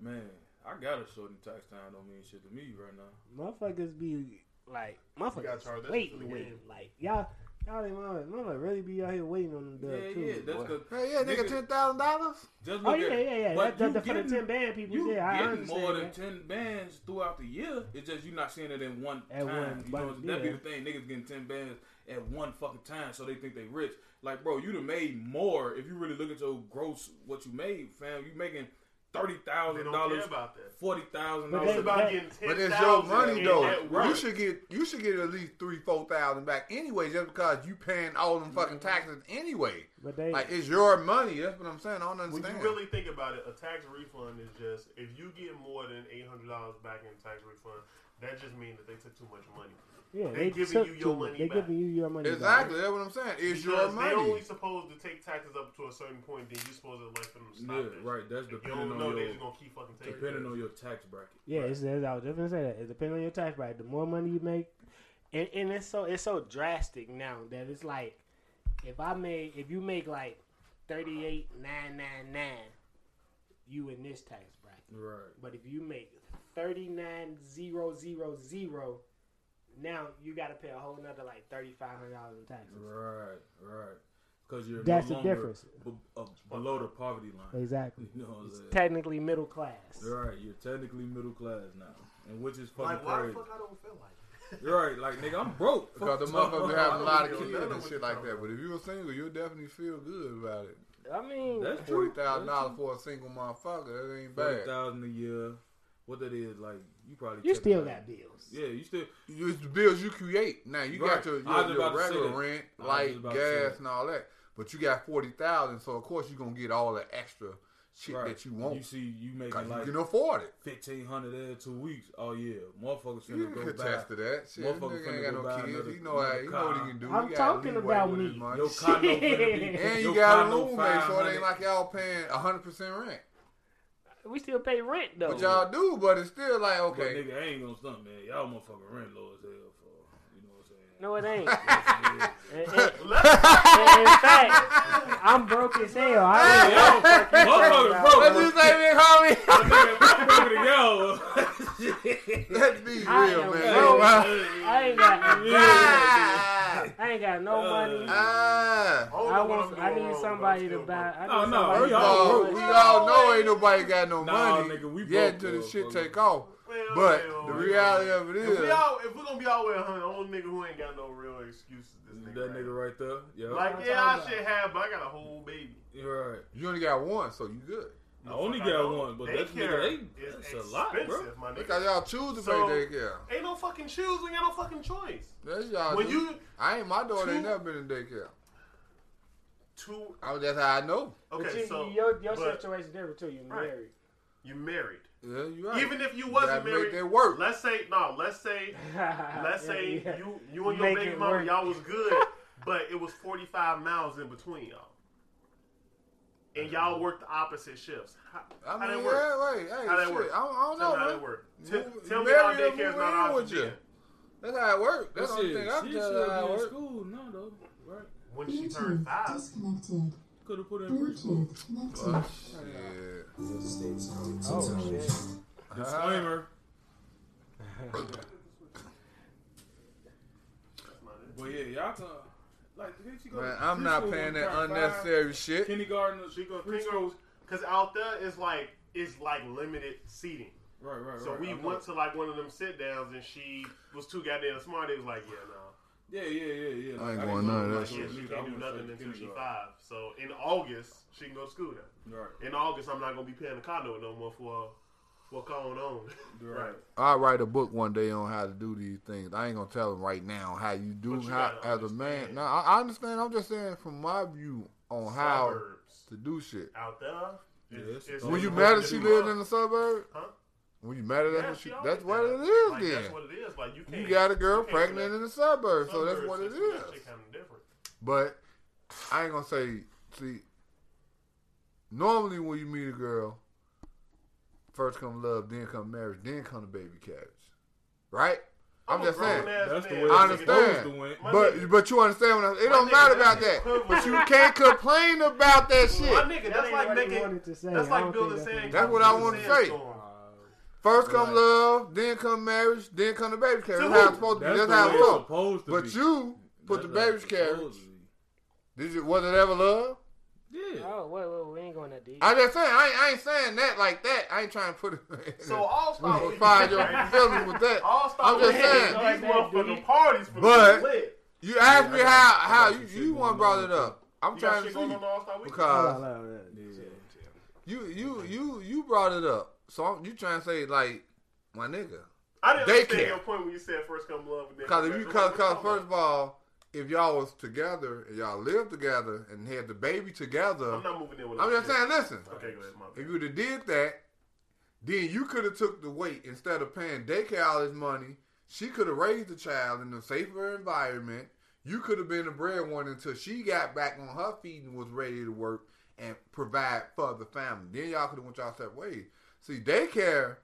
Man, I gotta shorten tax time. Don't mean shit to me right now. motherfuckers be like You gotta charge motherfuckers that waiting, shit to man. the Like y'all, y'all ain't mother- motherfuckers really be out here waiting on them dub yeah, too. yeah, that's boy. good. Hey, yeah, nigga, Nigga. ten thousand dollars. Just Oh look yeah, at- yeah, yeah. That, but that, you that for the getting- ten band people. You yeah, I getting understand more than that. ten bands throughout the year. It's just you're not seeing it in one At time. one you know, bun- that'd be yeah. the thing. Niggas getting ten bands at one fucking time, so they think they rich. Like, bro, you done made more if you really look at your gross what you made, fam. You making thirty They thousand don't care dollars, about that. forty thousand But dollars. It's they- about that- getting ten. But it's your money though. that You work. should get you should get at least three four thousand back anyway, just because you paying all them fucking taxes anyway. But they, Like it's your money. That's what I'm saying. I don't When you understand. really think about it, a tax refund is just if you get more than eight hundred dollars back in tax refund, That just means that they took too much money. Yeah, They giving took you your too- money They back. giving you your money. back. Exactly. That's what I'm saying. It's your Because money. They only supposed to take taxes up to a certain point. Then you supposed to like for them to stop Yeah, that. right. That's If you depending don't on know, your they just gonna keep fucking taking. depending on your tax bracket. Yeah, it's, it's, I was just gonna say that. It depends on your tax bracket. The more money you make, and, and it's so it's so drastic now that it's like, if I made if you make like thirty eight nine nine nine, you in this tax bracket. Right. But if you make thirty nine zero zero zero, now you got to pay a whole nother like thirty five hundred dollars in taxes. Right. Right. Because you're That's the no longer difference. b- uh, below the poverty line. Exactly. You know what I'm It's saying? technically middle class. Right, you're technically middle class now, and which is fucking Like why the crazy. fuck I don't feel like. it? Right, like nigga, I'm broke. Because the Fuck. motherfucker having a lot None of of kids them and was shit like trouble. that. But if you were single, you'll definitely feel good about it. I mean, That's Forty true. thousand dollars for a single motherfucker, that ain't Forty bad. thousand a year. What that is like? You probably you check still it got out. bills. Yeah, you still You- It's the bills you create. Now you Right. got your I was your, just your about to say regular that. rent, I was light, just about to say gas, that. and all that. But you got forty thousand, so of course you're gonna get all the extra shit right. that you want You see, you because making you like can afford it. fifteen hundred every two weeks. Oh yeah, motherfuckers You finna can go contest back. to that. Shit, this Motherfucker nigga ain't finna got go no buy kids. another- you know, how- you know what he car. can do. He I'm got talking leeway about with his me. money. Your condo finna be, And you your got a condo roommate, so it 500. ain't like y'all paying hundred percent rent. We still pay rent though. But y'all do, but it's still like But okay. nigga, I ain't gonna stunt, man. Y'all motherfucking rent low as hell for. You know what I'm saying? no, it ain't. Yeah. in, in- in fact, I'm broke as hell. I ain't- Y'all fucking motherfuckers broke. What you say, big homie? Let's be I real, am man. broke. Don't- I ain't got. Ah, I ain't got no money. ah. don't I know what I'm want. I doing need wrong, but I'm somebody to still buy. I need No, no, somebody we to all buy No, broke. we lunch. all know ain't nobody got no Nah, money nigga, we yet broke, until the bro, shit bro. take off. Well, But well, the well. reality of it If we is, all, if we're gonna be all the way 100, the only nigga who ain't got no real excuses, this nigga. That right nigga here. right there. Yeah. Like, yeah, I should have, but I got a whole baby. You're right. you only got one, so you good. I only Motherfucker, got know one, but that's daycare nigga, they- is that's a lot, bro. expensive, My nigga. Because y'all choose to pay So- daycare. Ain't no fucking shoes. We got no fucking choice. That's y'all. When do. you I ain't my daughter ain't Two- never been in daycare. two, I, that's how I know. But okay, you- so your your but situation different too. You Right. married. you married. Yeah, you right. Even if you gotta wasn't make married, that work. Let's say no. Let's say let's Yeah, say yeah. you you and your Make baby it mama work. y'all was good, but it was forty five miles in between y'all, and y'all worked the opposite shifts. How, I how mean, that work? yeah, wait, hey, How that shit. work? I, don't- I don't Tell know, me how man. that work. You- Tell, you tell me how married daycare is or not moved in an with option. you. then. That's how it works. That's That's the only thing I'm She telling should you how it be in works. school now, though. Right? When she turned Bluetooth five, disconnected. Could have put in preschool. Oh, Bluetooth connected. Shit. Oh shit. Disclaimer. But yeah, y'all talking like did she go to Man, I'm not preschool paying that one time, unnecessary five, shit. Kindergarten, or she go preschool. preschool because out there is like it's like limited seating. Right, right, So right. we I know. went to like one of them sit downs, and she was too goddamn smart. It was like, yeah, no. Yeah, yeah, yeah, yeah. Like, I ain't didn't going go none of to that preschool. shit. Yeah, she I can't do would've nothing said until she kindergarten. five. So in August, she can go to school now. Right, In August, I'm not gonna be paying the condo no more for what's going on. Right. I'll write a book one day on how to do these things. I ain't gonna tell them right now how you do But you how gotta as a man. understand. No, I, I understand. I'm just saying from my view on how Suburbs to do shit. out there. Yeah, it's- When you Suburbs mad and that she do lived in the suburb? Huh? When you mad at Yeah, that? she she, always that's did what that. it is Like, then. That's what it is. Like you can't. You got a girl can't pregnant let in the suburbs, so that's suburbs what it just do is. that shit kinda different. But I ain't gonna say. See, normally when you meet a girl, first come love, then come marriage, then come the baby cabbage, right? I'm, a just saying. grown-ass That's the man, way I nigga. it's supposed to understand. win. My but nigga- but you understand what I'm, it My don't nigga, matter that's about that. equivalent. But you can't complain about that My shit. nigga, That that's ain't like what he making. wanted to say. That's I like don't building think sand. That's what I castles in wanna a say. sandstorm. First come Right. love, then come marriage, then come the baby carriage. To That's how who? it's supposed to be. That's That's the how way it's it's supposed. supposed to be. But you put the That's how baby it's carriage. supposed to be. Did you was it ever love? Yeah. Oh wait, wait, we ain't going that deep. I just saying I ain't, I ain't saying that like that. I ain't trying to put it. So all star Don't find your feelings with that. All star I'm just saying. These motherfucking parties for But- the lit. You asked me Yeah, I how got- I how got you some shit you one going brought on it with up. I'm You trying got to shit going on see all star weekend. Uh, Hold on, because hold on, hold on. you you you you brought it up. So I'm, you trying to say like my nigga. I didn't Daycare. understand your point when you said first come love. and then Because if come you back. cause, What cause you first talking of all, if y'all was together and y'all lived together and had the baby about? together, I'm not moving in with uh, I'm that just shit. saying. Listen, Okay, go ahead, my if bad. you would have did that, Then you could have took the weight instead of paying daycare all this money. She could have raised the child in a safer environment. You could have been the breadwinner until she got back on her feet and was ready to work and provide for the family. Then y'all could have went y'all separate ways. See, daycare,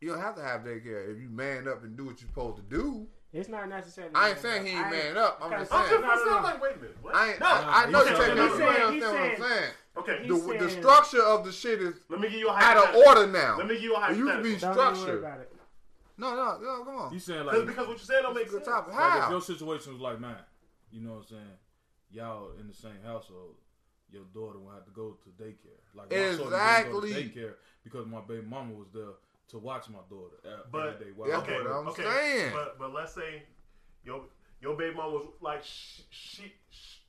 you don't have to have daycare if you man up and do what you're supposed to do. It's not necessarily. I ain't saying he ain't man up. I'm just I'm saying. no, no, no. like, wait a minute. What? I ain't, No. I, I he know you said- take he that. said- You he understand what I'm said- saying? okay, he The, the said- structure of the shit is let me give you a out hypothetical. of order now. Let me give you a It used hypothetical. to be Don't even worry structured. about it. No, no, no, come on. You saying Because like because what you said don't make It's a sense. good topic. Like if How? your situation was like mine, you know what I'm saying? Y'all in the same household, your daughter will have to go to daycare. Like my son Exactly. didn't go to daycare because my baby mama was there to watch my daughter e- But- every day. While That's Okay, what I'm okay. saying. But but let's say your your baby mom was like she, she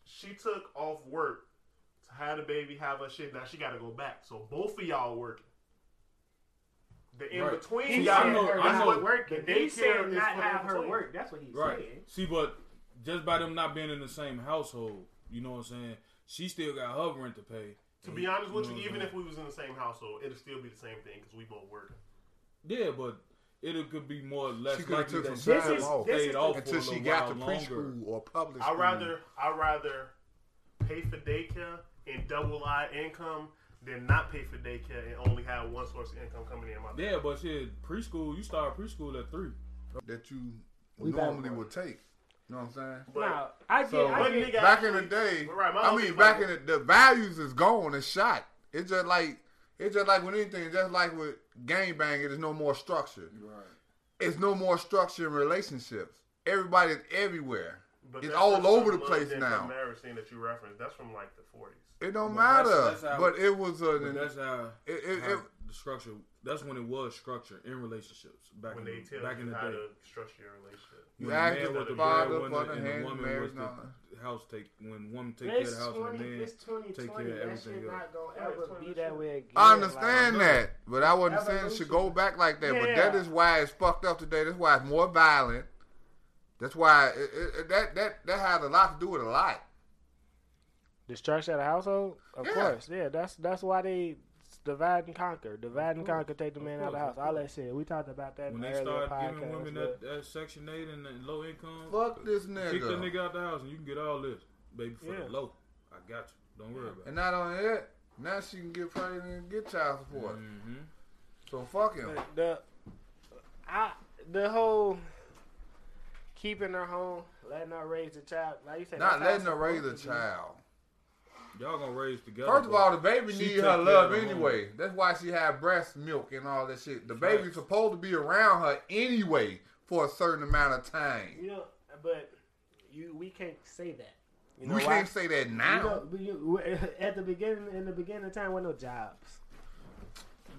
she took off work to have the baby, have her shit. Now she got to go back. So both of y'all working. The in Right. between He y'all I said know- her I not know- work. The He daycare said is not for the have her employee. work. That's what he's Right. saying. See, but just by them not being in the same household, you know what I'm saying? She still got her rent to pay. To be honest with Mm-hmm. you, know even what I'm if we was in the same household, it'd still be the same thing because we both working. saying? yeah, but it could be more or less She could've likely took that some she time off. stayed This is- off Until for a she little got to while longer. preschool or public I school. rather I rather pay for daycare and double our income than not pay for daycare and only have one source of income coming in my bank. Yeah, but shit, preschool, you start preschool at three. that you We back normally on. would take. You know what I'm saying? But- Now, I get, So- I but get nigga Back in the actually- day, Right, my I whole mean, thing back about- in the, the values is gone and shot. It's just like it's just like with anything. Just like with game banging, there's no more structure. Right. It's no more structure in relationships. Everybody's everywhere. But it's that's all from over the Love place Death now. and Marriage scene that you referenced, that's from like the 40s. It don't But that's- matter. that's how- but it was But an. that's how, It, it, how it, the structure. That's when it was structure in relationships back When in they the, tell back you in the how day. to structure your relationship. you When the act man as was the the father, breadwinner mother, and the hand, woman marriage, was nothing. the house take when woman take care of It's the house and the 20, man. it's 2020. care of That shit everything else. not gonna Right, ever 20, be that that shit. way again. I understand Like, that, but I wasn't saying it should Evolution. go back like that. But that Yeah. is why it's fucked up today. That's why it's more violent. That's why it, it, it- that that that has a lot to do with a lot. Destruction of the household? Of Yeah. course. Yeah, that's that's why they divide and conquer. Divide and conquer, take the man out of the course, house. of All that shit. We talked about that when in they the earlier start podcast. giving women but- that, that section eight and that low income, Fuck this kick that nigga. nigga out the house and you can get all this, baby, for Yeah. the low. I got you. Don't worry about And not only that, now she can get pregnant and get child it. support. Mm-hmm. So fuck him. the I the whole keeping her home, letting her raise the child. Like you said, Not that's how letting it's her raise a supposed to be. child. Y'all gonna raise together. First of but all, the baby She need take her care love of the anyway. That's why she had breast milk and all that shit. The Facts. baby's supposed to be around her anyway for a certain amount of time. You know, but you we can't say that. You know we why? can't say that You now. know, we- you- at the beginning, in the beginning of time, were no jobs.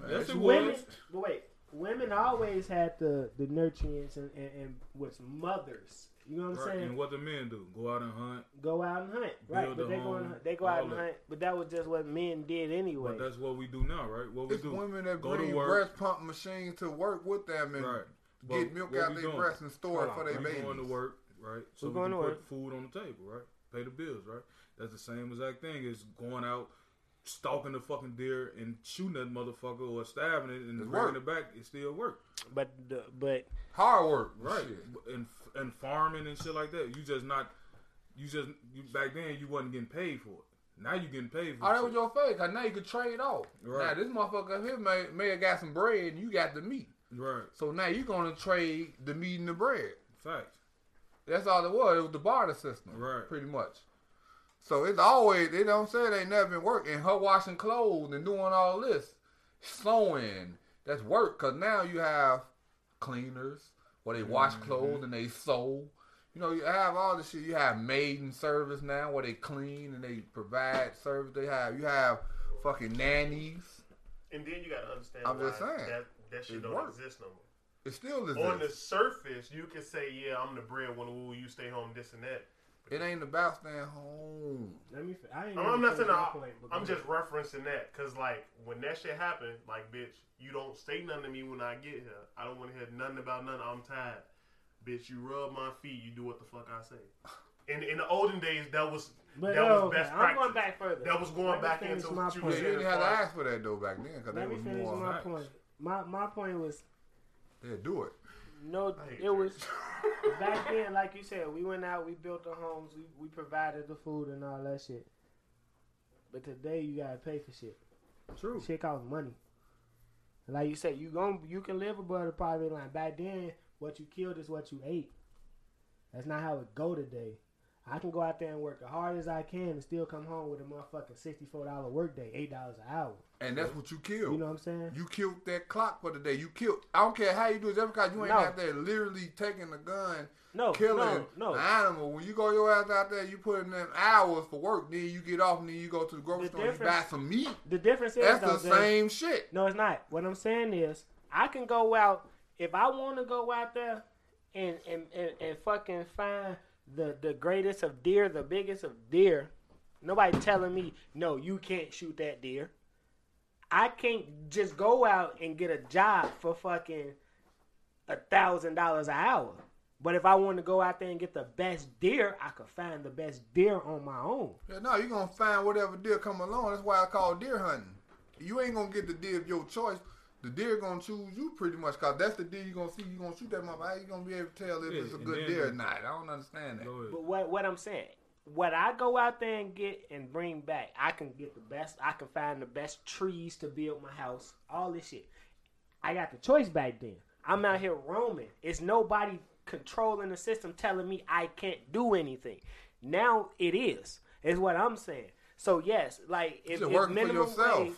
yes, it Women, was. but wait, women always had the the nutrients and, and, and was mothers. You know what I'm Right. saying? And what the men do? Go out and hunt. go out and hunt, right? Build But a they go home, and, hunt- they go out all and that. hunt. But that was just what men did anyway. But that's what we do now, right? What we It's do? women that Go to bring work. breast pump machines to work with them and Right. But get milk what out we their doing? breasts and store it Hold for on, their we babies. going to work, right? So We we, going can to put work. food on the table, right? Pay the bills, right? That's the same exact thing as going out, stalking the fucking deer and shooting that motherfucker or stabbing it and It's bringing work. it back. It still work, but the, but Hard work, right? Shit. And and farming and shit like that. You just not, you just you back then you wasn't getting paid for it. Now you getting paid for Oh, it. that was your fake. Cause now you could trade off. Right. Now this motherfucker up here may, may have got some bread and you got the meat. right? So now you're gonna trade the meat and the bread. Facts. That's all it was. It was the barter system, Right. Pretty much. So it's always they don't say they never been work and her washing clothes and doing all this sewing. That's work because now you have cleaners where they wash Mm-hmm. clothes and they sew. You know you have all this shit. You have maiden service now where they clean and they provide service. They have you have fucking nannies. And then you got to understand I'm why just saying. that, that shit It don't works. exist no more. It still on the exists. surface, you can say, "Yeah, I'm the breadwinner. Ooh, you stay home, this and that." It ain't about staying home. let me. I ain't I'm, even I'm not finished saying my I, point, but go I'm ahead. just referencing that because, like, when that shit happened, like, bitch, you don't say nothing to me when I get here. I don't want to hear nothing about nothing. I'm tired, bitch. You rub my feet. You do what the fuck I say. In in the olden days, that was But that no, was best I'm practice. going back further. That was going Let me back finish into my what you Yeah, was point. you saying. didn't have to ask for that though back then because Let it me was finish more. my facts. point. my my point was Yeah, do it. no. I hate It was church. back then, like you said, we went out, we built the homes, we, we provided the food and all that shit. But today, you gotta pay for shit. True. Shit costs money. Like you said, you gon' you can live above the poverty line. Back then, what you killed is what you ate. That's not how it go today. I can go out there and work the hardest I can and still come home with a motherfucking sixty four dollar workday, eight dollars an hour. And that's what you killed. You know what I'm saying? You killed that clock for the day. You killed. I don't care how you do it. That's because you ain't No. out there literally taking the gun, No, killing no, no. an animal. When you go your ass out there, you put in them hours for work. Then you get off and then you go to the grocery The store and you buy difference- some meat. The difference is That's though, the Jay, same shit. No, it's not. What I'm saying is, I can go out if I want to go out there and and, and and fucking find the the greatest of deer, the biggest of deer. Nobody telling me no, you can't shoot that deer. I can't just go out and get a job for fucking a thousand dollars an hour. But if I want to go out there and get the best deer, I could find the best deer on my own. Yeah, no, you're going to find whatever deer come along. That's why I call deer hunting. You ain't going to get the deer of your choice. The deer going to choose you pretty much because that's the deer you're going to see. You're going to shoot that motherfucker. How you going to be able to tell if Yeah, it's a and good then deer the- or not? I don't understand that. Go ahead. But what what I'm saying, what I go out there and get and bring back, I can get the best. I can find the best trees to build my house. All this shit. I got the choice back then. I'm out here roaming. It's nobody controlling the system telling me I can't do anything. Now it is. Is what I'm saying. So yes, like if, Just if working for minimum yourself. wage,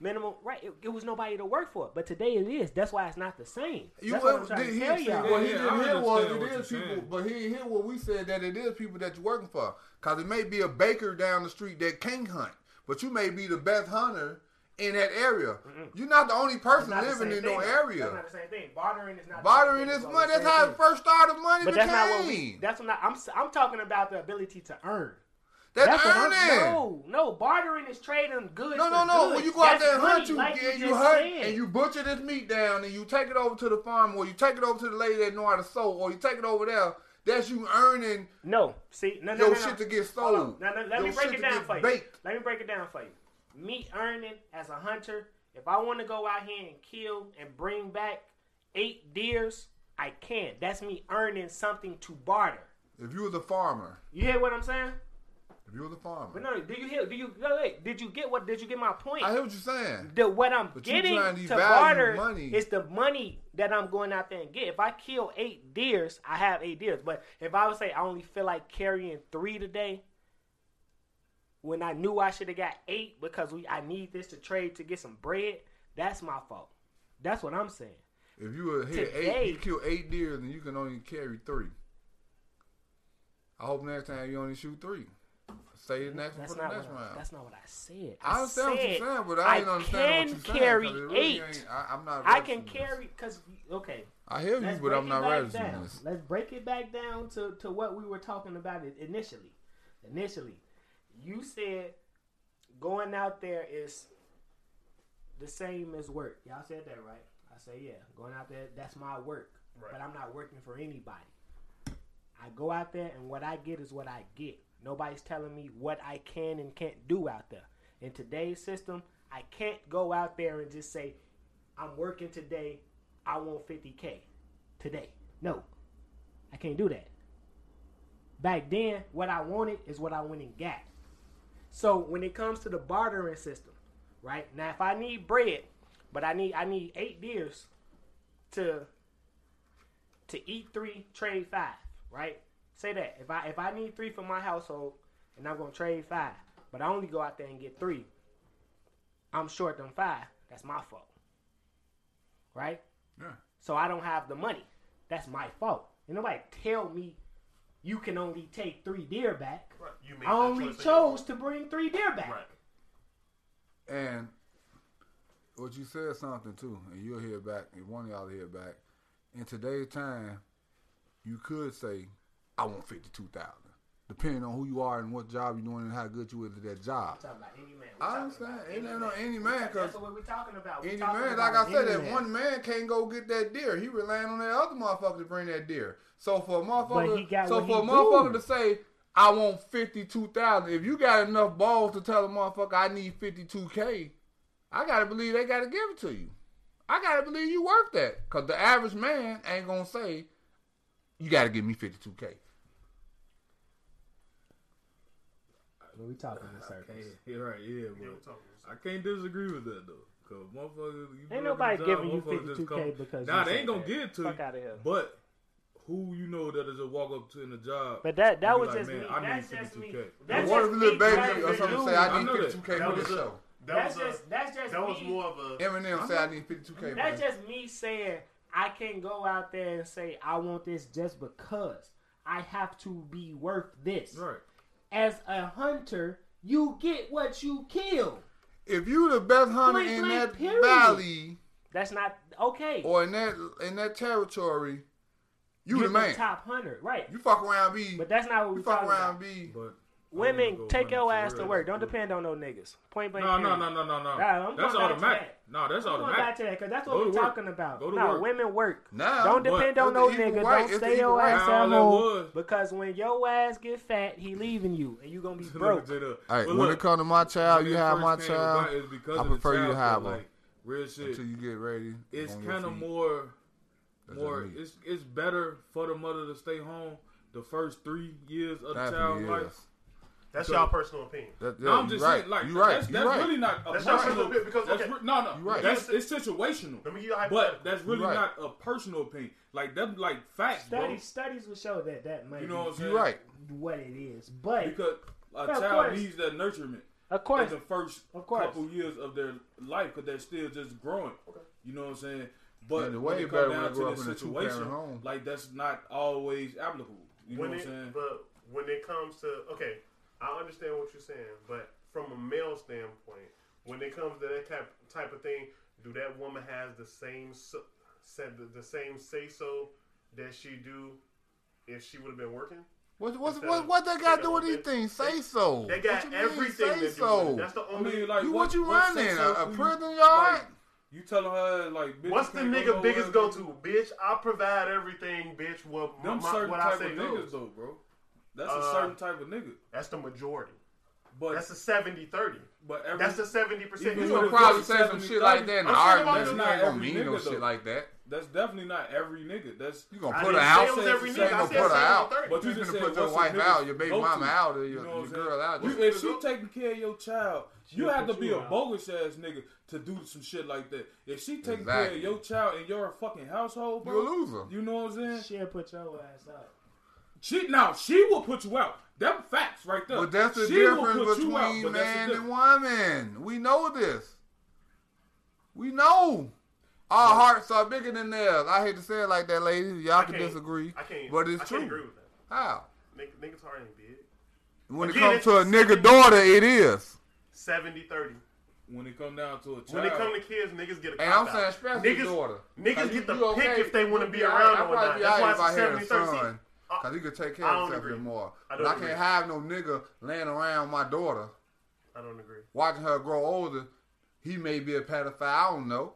minimum right, it, it was nobody to work for. But today it is. That's why it's not the same. You That's what what I'm trying did to he tell see, y'all. What he Yeah, didn't I hear was it understand what is you're people, saying. but he didn't hear what we said that it is people that you're working for. Cause it may be a baker down the street that can hunt, but you may be the best hunter in that area. You're not the only person Not the living same in no thing. That's area. not the same thing. Bartering is not. Bothering the same this thing. money. It's That's all how the it same thing. first started. Money But became. that's not what we. That's what I'm. not- I'm I'm talking about the ability to earn. that's what I'm- earning. No, no, bartering is trading goods. No, no, for no. goods. When you go out That's there and hunt, money, you, like and you just hunt said. and you butcher this meat down and you take it over to the farm or you take it over to the lady that know how to sew or you take it over there. That's you earning No, see, no, no, Your no, no. shit to get Hold on. sold. Now, now, let Your me break shit it to down get for you. baked. Let me break it down for you. Me earning as a hunter, if I want to go out here and kill and bring back eight deers, I can. That's me earning something to barter. If you was a farmer, You hear what I'm saying? if you was a farmer, But no, do you hear? Do you no, wait, Did you get what? Did you get my point? I hear what you're saying. the what I'm But you getting trying to to value barter money. is the money that I'm going out there and get. If I kill eight deers, I have eight deers. But if I would say I only feel like carrying three today, when I knew I should have got eight because we I need this to trade to get some bread, that's my fault. That's what I'm saying. If you were hit Today- eight, you kill eight deer, and you can only carry three. I hope next time you only shoot three. Say the next one That's for the not, next what I, round. that's not what I said. I understand what said you're saying, but I, didn't understand can what you're carry saying. 'cause it really eight. ain't- I, I'm not. I can registering this. carry because okay. I hear you, Let's but break I'm it not back registering down. this. Let's break it back down to, to what we were talking about it initially. Initially, you said going out there is the same as work. Y'all said that right? I say yeah. Going out there, that's my work, Right. but I'm not working for anybody. I go out there, and what I get is what I get. Nobody's telling me what I can and can't do out there. In today's system, I can't go out there and just say, I'm working today. I want 50K today. No, I can't do that. Back then, what I wanted is what I went and got. So when it comes to the bartering system, right now, if I need bread, but I need I need eight deers to to eat three, trade five, right? Say that if I if I need three for my household, and I'm gonna trade five, but I only go out there and get three, I'm short them five. That's my fault, right? Yeah. so I don't have the money. That's my fault. And nobody tell me you can only take three deer back. Right. You made I that only choice that chose to bring three deer you- back. Right. And what you said something too, and you'll hear back, and one of y'all hear back. In today's time, you could say, I want fifty two thousand. Depending on who you are and what job you're doing and how good you is at that job. I'm talking about any man. We're I talking understand. about Ain't no any We- man, cause That's what we're talking about. We're any talking man, about like I said, any that man. one man can't go get that deer. He relying on that other motherfucker to bring that deer. So for a But he motherfucker, got so what for a he motherfucker do. to say, I want fifty two thousand. If you got enough balls to tell a motherfucker I need fifty two k, I gotta believe they gotta give it to you. I gotta believe you worth that, cause the average man ain't gonna say, "You gotta give me fifty two k." What we talking in circles? Yeah, right, yeah, Yeah, we but talking about I can't disagree with that though. Cause motherfuckers, you work at Ain't nobody the job, giving you motherfuckers just 52K come- because nah, you they said ain't gonna that. give it to Fuck you. outta here. But who you know that is a walk up to in the job? But that and that be was like, just man, me. I need That's just 52K. me. And That's what if just little me baby trying or to something do- say, "I I need know that. fifty two k That for this was a- show"? it. That That's was a, just that's just that was me. more of a Eminem said, "I need fifty two k." That's just me saying I can't go out there and say I want this just because I have to be worth this. Right. As a hunter, you get what you kill. If you the best hunter Point in blank, that period. valley That's not okay. or in that in that territory, you You're the man. top hunter, right? You fuck around be. But that's not what You we're fuck talking around about. be. But I wanna Women, go take run your it ass to real. work. Don't depend on no niggas. Point blank. No, no, period. no, no, no, no. Nah, I'm going That's back to automatic. that. No, that's I'm going back automatic. to that because that's Go what to we're work. talking about. Go to no, work. women work. Nah, don't but depend on it's no the equal nigga. right. Don't It's the stay equal your right. That's ass all at that home was. because when your ass get fat, he leaving you and you gonna be broke. All right, when it comes to my child, you have my child. I prefer you have them Like, real shit. until you get ready. It's on your kind of feet. more, That's more. just me. It's it's better for the mother to stay home the first three years of the Definitely child's is. life. that's So- y'all personal opinion. That, yeah, No, I'm you just right. saying, like, you right. that's, you that's right. really not a That's not personal. personal, because, that's okay. re- no, no, You right. that's it's situational. Let me give you a hypothetical. But that's really You right. not a personal opinion. Like that's like facts, bro. Studies studies will show that that might You know what I'm saying? You right. be what it is. But Because Yeah, a of child course. needs that nurturement of in course, the first Of course. couple years of their life because they're still just growing. You know what I'm saying? But And the when way it better comes when down they to grow the up in a two-parent situation, home. like that's not always applicable. You when know it, what I'm saying? But when it comes to okay, I understand what you're saying, but from a male standpoint, when it comes to that type type of thing, do that woman has the same so- said the, the same say so that she do if she would have been working? What what Instead what of what they got to do with taking these over things? that- Say so. They got What you mean, everything Say to do. so. with it. That's the I only. mean, like You- what, what you running? say so A- a who you- prison like, yard? you telling her like bitch, What's you the can't go nigga biggest nowhere, go bitch? to? Bitch, I provide everything, bitch. What, Them my, certain what I type say of goes. niggas though, bro. That's a Uh, certain type of nigga. That's the majority. But That's the 70 30. but every, That's the 70%. Even You You with gonna a know, probably fucking say some 70, shit like that in the I'm talking about argument. You not ain't gonna every mean no nigga, shit though. like that. that's definitely not every nigga. That's You gonna I put her didn't say it out. was every You nigga. I gonna said put her out. 70-30. But You you just gonna said put your what's a wife nigga out, your baby go to? mama out, or You your know what your I'm saying? girl out. You, if she taking care of your child, you have to put be you a out. bogus ass nigga to do some shit like that. If she taking care Exactly. of your child in your fucking household, You a bro, loser. you know what I'm saying? she'll put your ass out. She now she will put you out. Them facts right there. But that's the She will put difference you out, between but that's the man difference. and woman. We know this. We know. Our hearts are bigger than theirs. I hate to say it like that, ladies. Y'all I can can't- disagree. I can't. But it's I true. can't agree with that. How? Nigga, niggas heart ain't big. When Again, it comes it's to a nigga 70. daughter, it is. 70 30. When it come down to a child, When it come to kids, niggas get a And cop I'm saying out. especially niggas, daughter. Cause Niggas you- get the you pick okay, if they want to you be be around or alright. I not. probably be That's why alright it's if I a had a 70 30. son. Cause he could take care I of don't himself a agree. bit more. I But don't I can't agree. have no nigga laying around my daughter, I don't agree. watching her grow older. He may be a pedophile. I don't know.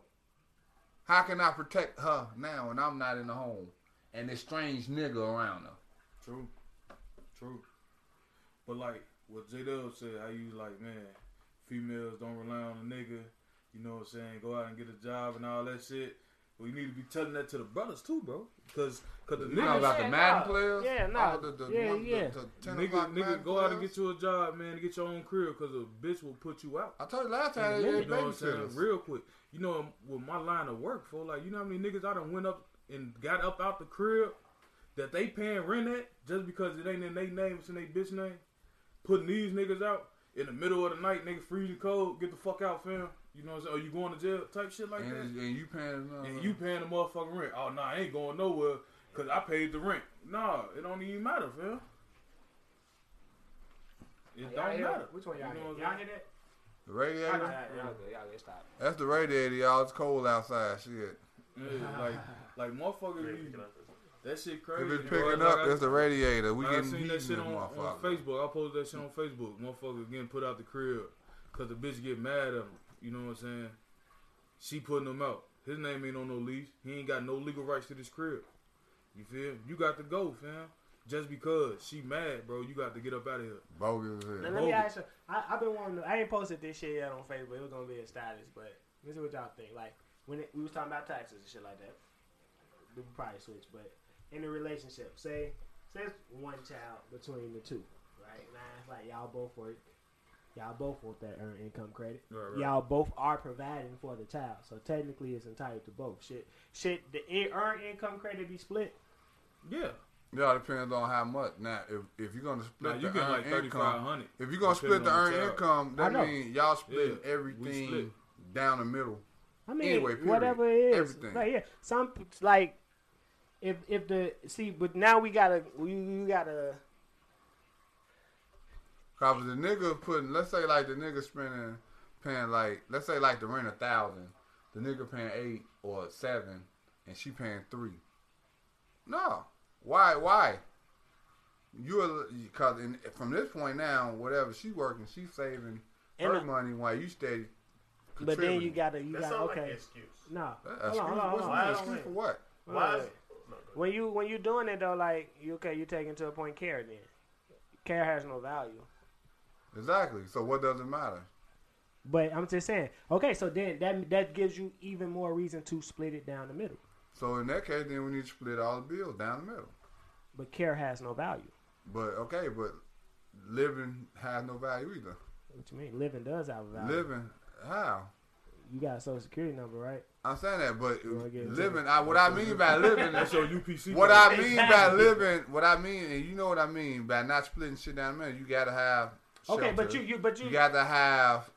How can I protect her now when I'm not in the home and this strange nigga around her? True. True. But like what J Dub said, how you like, man, females don't rely on a nigga, you know what I'm saying, go out and get a job and all that shit. We need to be telling that to the brothers too, bro. Cause, cause the You know niggas, about the Yeah, Madden nah. players? Yeah, nah. All The, the Yeah, one- the- yeah. the 10 o'clock nigga, Madden nigga, go out and players? get you a job, man, to get your own career, cause a bitch will put you out. I told you last You time they know did what I'm saying? babysitters. Real quick. You know, with my line of work, for like, you know how many niggas I done went up and got up out the crib that they paying rent at just because it ain't in their name, it's in their bitch name? Putting these niggas out in the middle of the night, nigga freezing cold, get the fuck out, fam. You know what I'm saying? Or you going to jail type shit like that. And, and you paying uh, And you paying the motherfucking rent. Oh, nah, I ain't going nowhere because I paid the rent. Nah, it don't even matter, fam. It Y'all don't hear- matter. Which one y'all You hear? know what I'm Y'all saying? hear that? the radiator. Y'all, y'all, y'all good. Y'all good. Stop. That's the radiator, y'all. It's cold outside. Shit. Yeah, like, like motherfuckers, Niggas you- get out there. That shit If crazy. it's bro. picking Like, up, I- that's the radiator. We like, I getting seen heat in that this shit on, on motherfucker. Facebook. I posted that shit on Facebook. Motherfucker getting put out the crib because the bitch get mad at him. You know what I'm saying? She putting him out. His name ain't on no lease. He ain't got no legal rights to this crib. You feel? me? You got to go, fam. Just because she mad, bro, you got to get up out of here. Bogus as Now, hell. let me Bogus. ask you. I, I've been wanting. To, I ain't posted this shit yet on Facebook. It was gonna be a status, but this is what y'all think. Like, when it, we was talking about taxes and shit like that, we could probably switch. But in a relationship, say say it's one child between the two, right? Now it's like y'all both work, y'all both want that earned income credit. Right, right. Y'all both are providing for the child, so technically it's entitled to both. Shit, shit, the in- earned income credit be split. Yeah. Yeah, it depends on how much. Now, if if you're gonna Now split you the get earned like thirty five income, hundred. if you're gonna split the Depending on earned the child. income, I that know. mean y'all Yeah, splitting we everything split. down the middle. I mean, Anyway, period. whatever it is, Everything. like yeah, some p- like if if the see, but now we gotta you, you gotta Cause if the nigga putting, let's say like the nigga spending, paying like, let's say like the rent a thousand, the nigga paying eight or seven, and she paying three. No, why? Why? You're because from this point now, whatever she working, she saving And her I- money while you stay. but then you contributing. gotta you That gotta sounds like an okay. excuse. No, Uh, hold on, hold on, excuse- hold on. what's the Why excuse don't for we- what? Why? Is, Right. no, go When you when you doing it though, like you okay, you taking to a point care then. Care has no value. Exactly. So what does it matter? But I'm just saying, okay, so then that that gives you even more reason to split it down the middle. So in that case, then we need to split all the bills down the middle. But care has no value. But okay, but living has no value either. What you mean? Living does have a value. Living how? You got a social security number, right? I'm saying that, but You wanna get into living. I, what I mean by living That's is your UPC. what card. I mean by living. What I mean, and you know what I mean by not splitting shit down the middle. You gotta have. Shelter. Okay, but you you but you, you gotta have.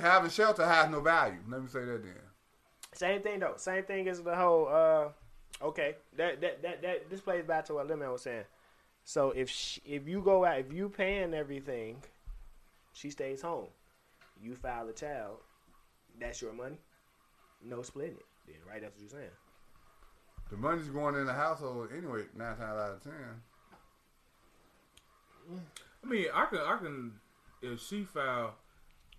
Having shelter has no value. Let me say that then. Same thing though. Same thing as the whole. Uh, okay, that that that that this plays back to what Lemon was saying. So if she, if you go out, if you paying everything, she stays home. You file a child. That's your money. No splitting it. Then right? That's what you're saying. The money's going in the household anyway. Nine times out of ten. I mean, I can, I can, if she file,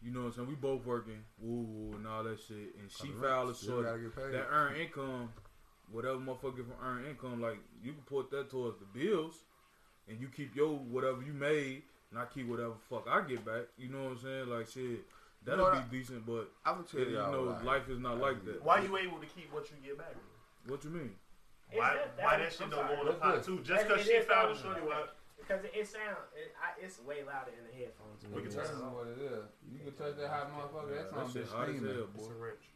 you know what I'm saying, we both working, woo woo and all that shit, and she Correct. file a Still short gotta get paid. that earned income, whatever motherfucker get from earned income, like, you can put that towards the bills, and you keep your whatever you made, and I keep whatever fuck I get back, you know what I'm saying, like, shit, that'll know be what decent, but, I would tell it- you y'all know, like- life is not like that. Why you able to keep what you get back? What you mean? Why, that- that- why that I'm shit don't sorry. go in the pot Look, too? Just That- because it she is found a loud. shorty, why? Because it, it sound it, I, it's way louder in the headphones. We can This turn is it off. what it is. You can touch that hot motherfucker. That Nah, that song shit been hot as steaming. hell, It's boy. a wrench.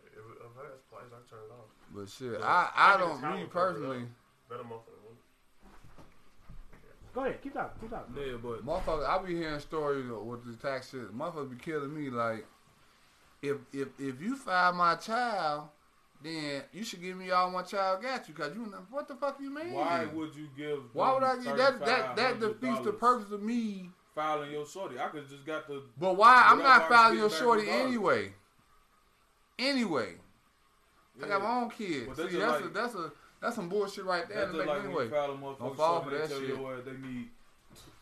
If it, if that's place, I turn it off. But shit, I, I don't. Towel Me covered personally, up. Better motherfucker. than me. Go ahead, keep talking, keep talking. Yeah, but motherfucker, I be hearing stories with the tax shit. Motherfucker be killing me. Like, if if if you find my child, then you should give me all my child got you. Cause you, know- what the fuck you mean? why would you give? Why would I them get that? That that defeats the $3,500? purpose of me. filing your shorty. I could just got the But why? I'm Without not filing market your feedback shorty regardless. anyway. Anyway, I got Yeah. my own kids. But that's See, just that's a, like- that's a that's some bullshit right there. That's to just make like when anyway. you file a motherfucker Don't fall shorty, for they that tell shit. your ass they need,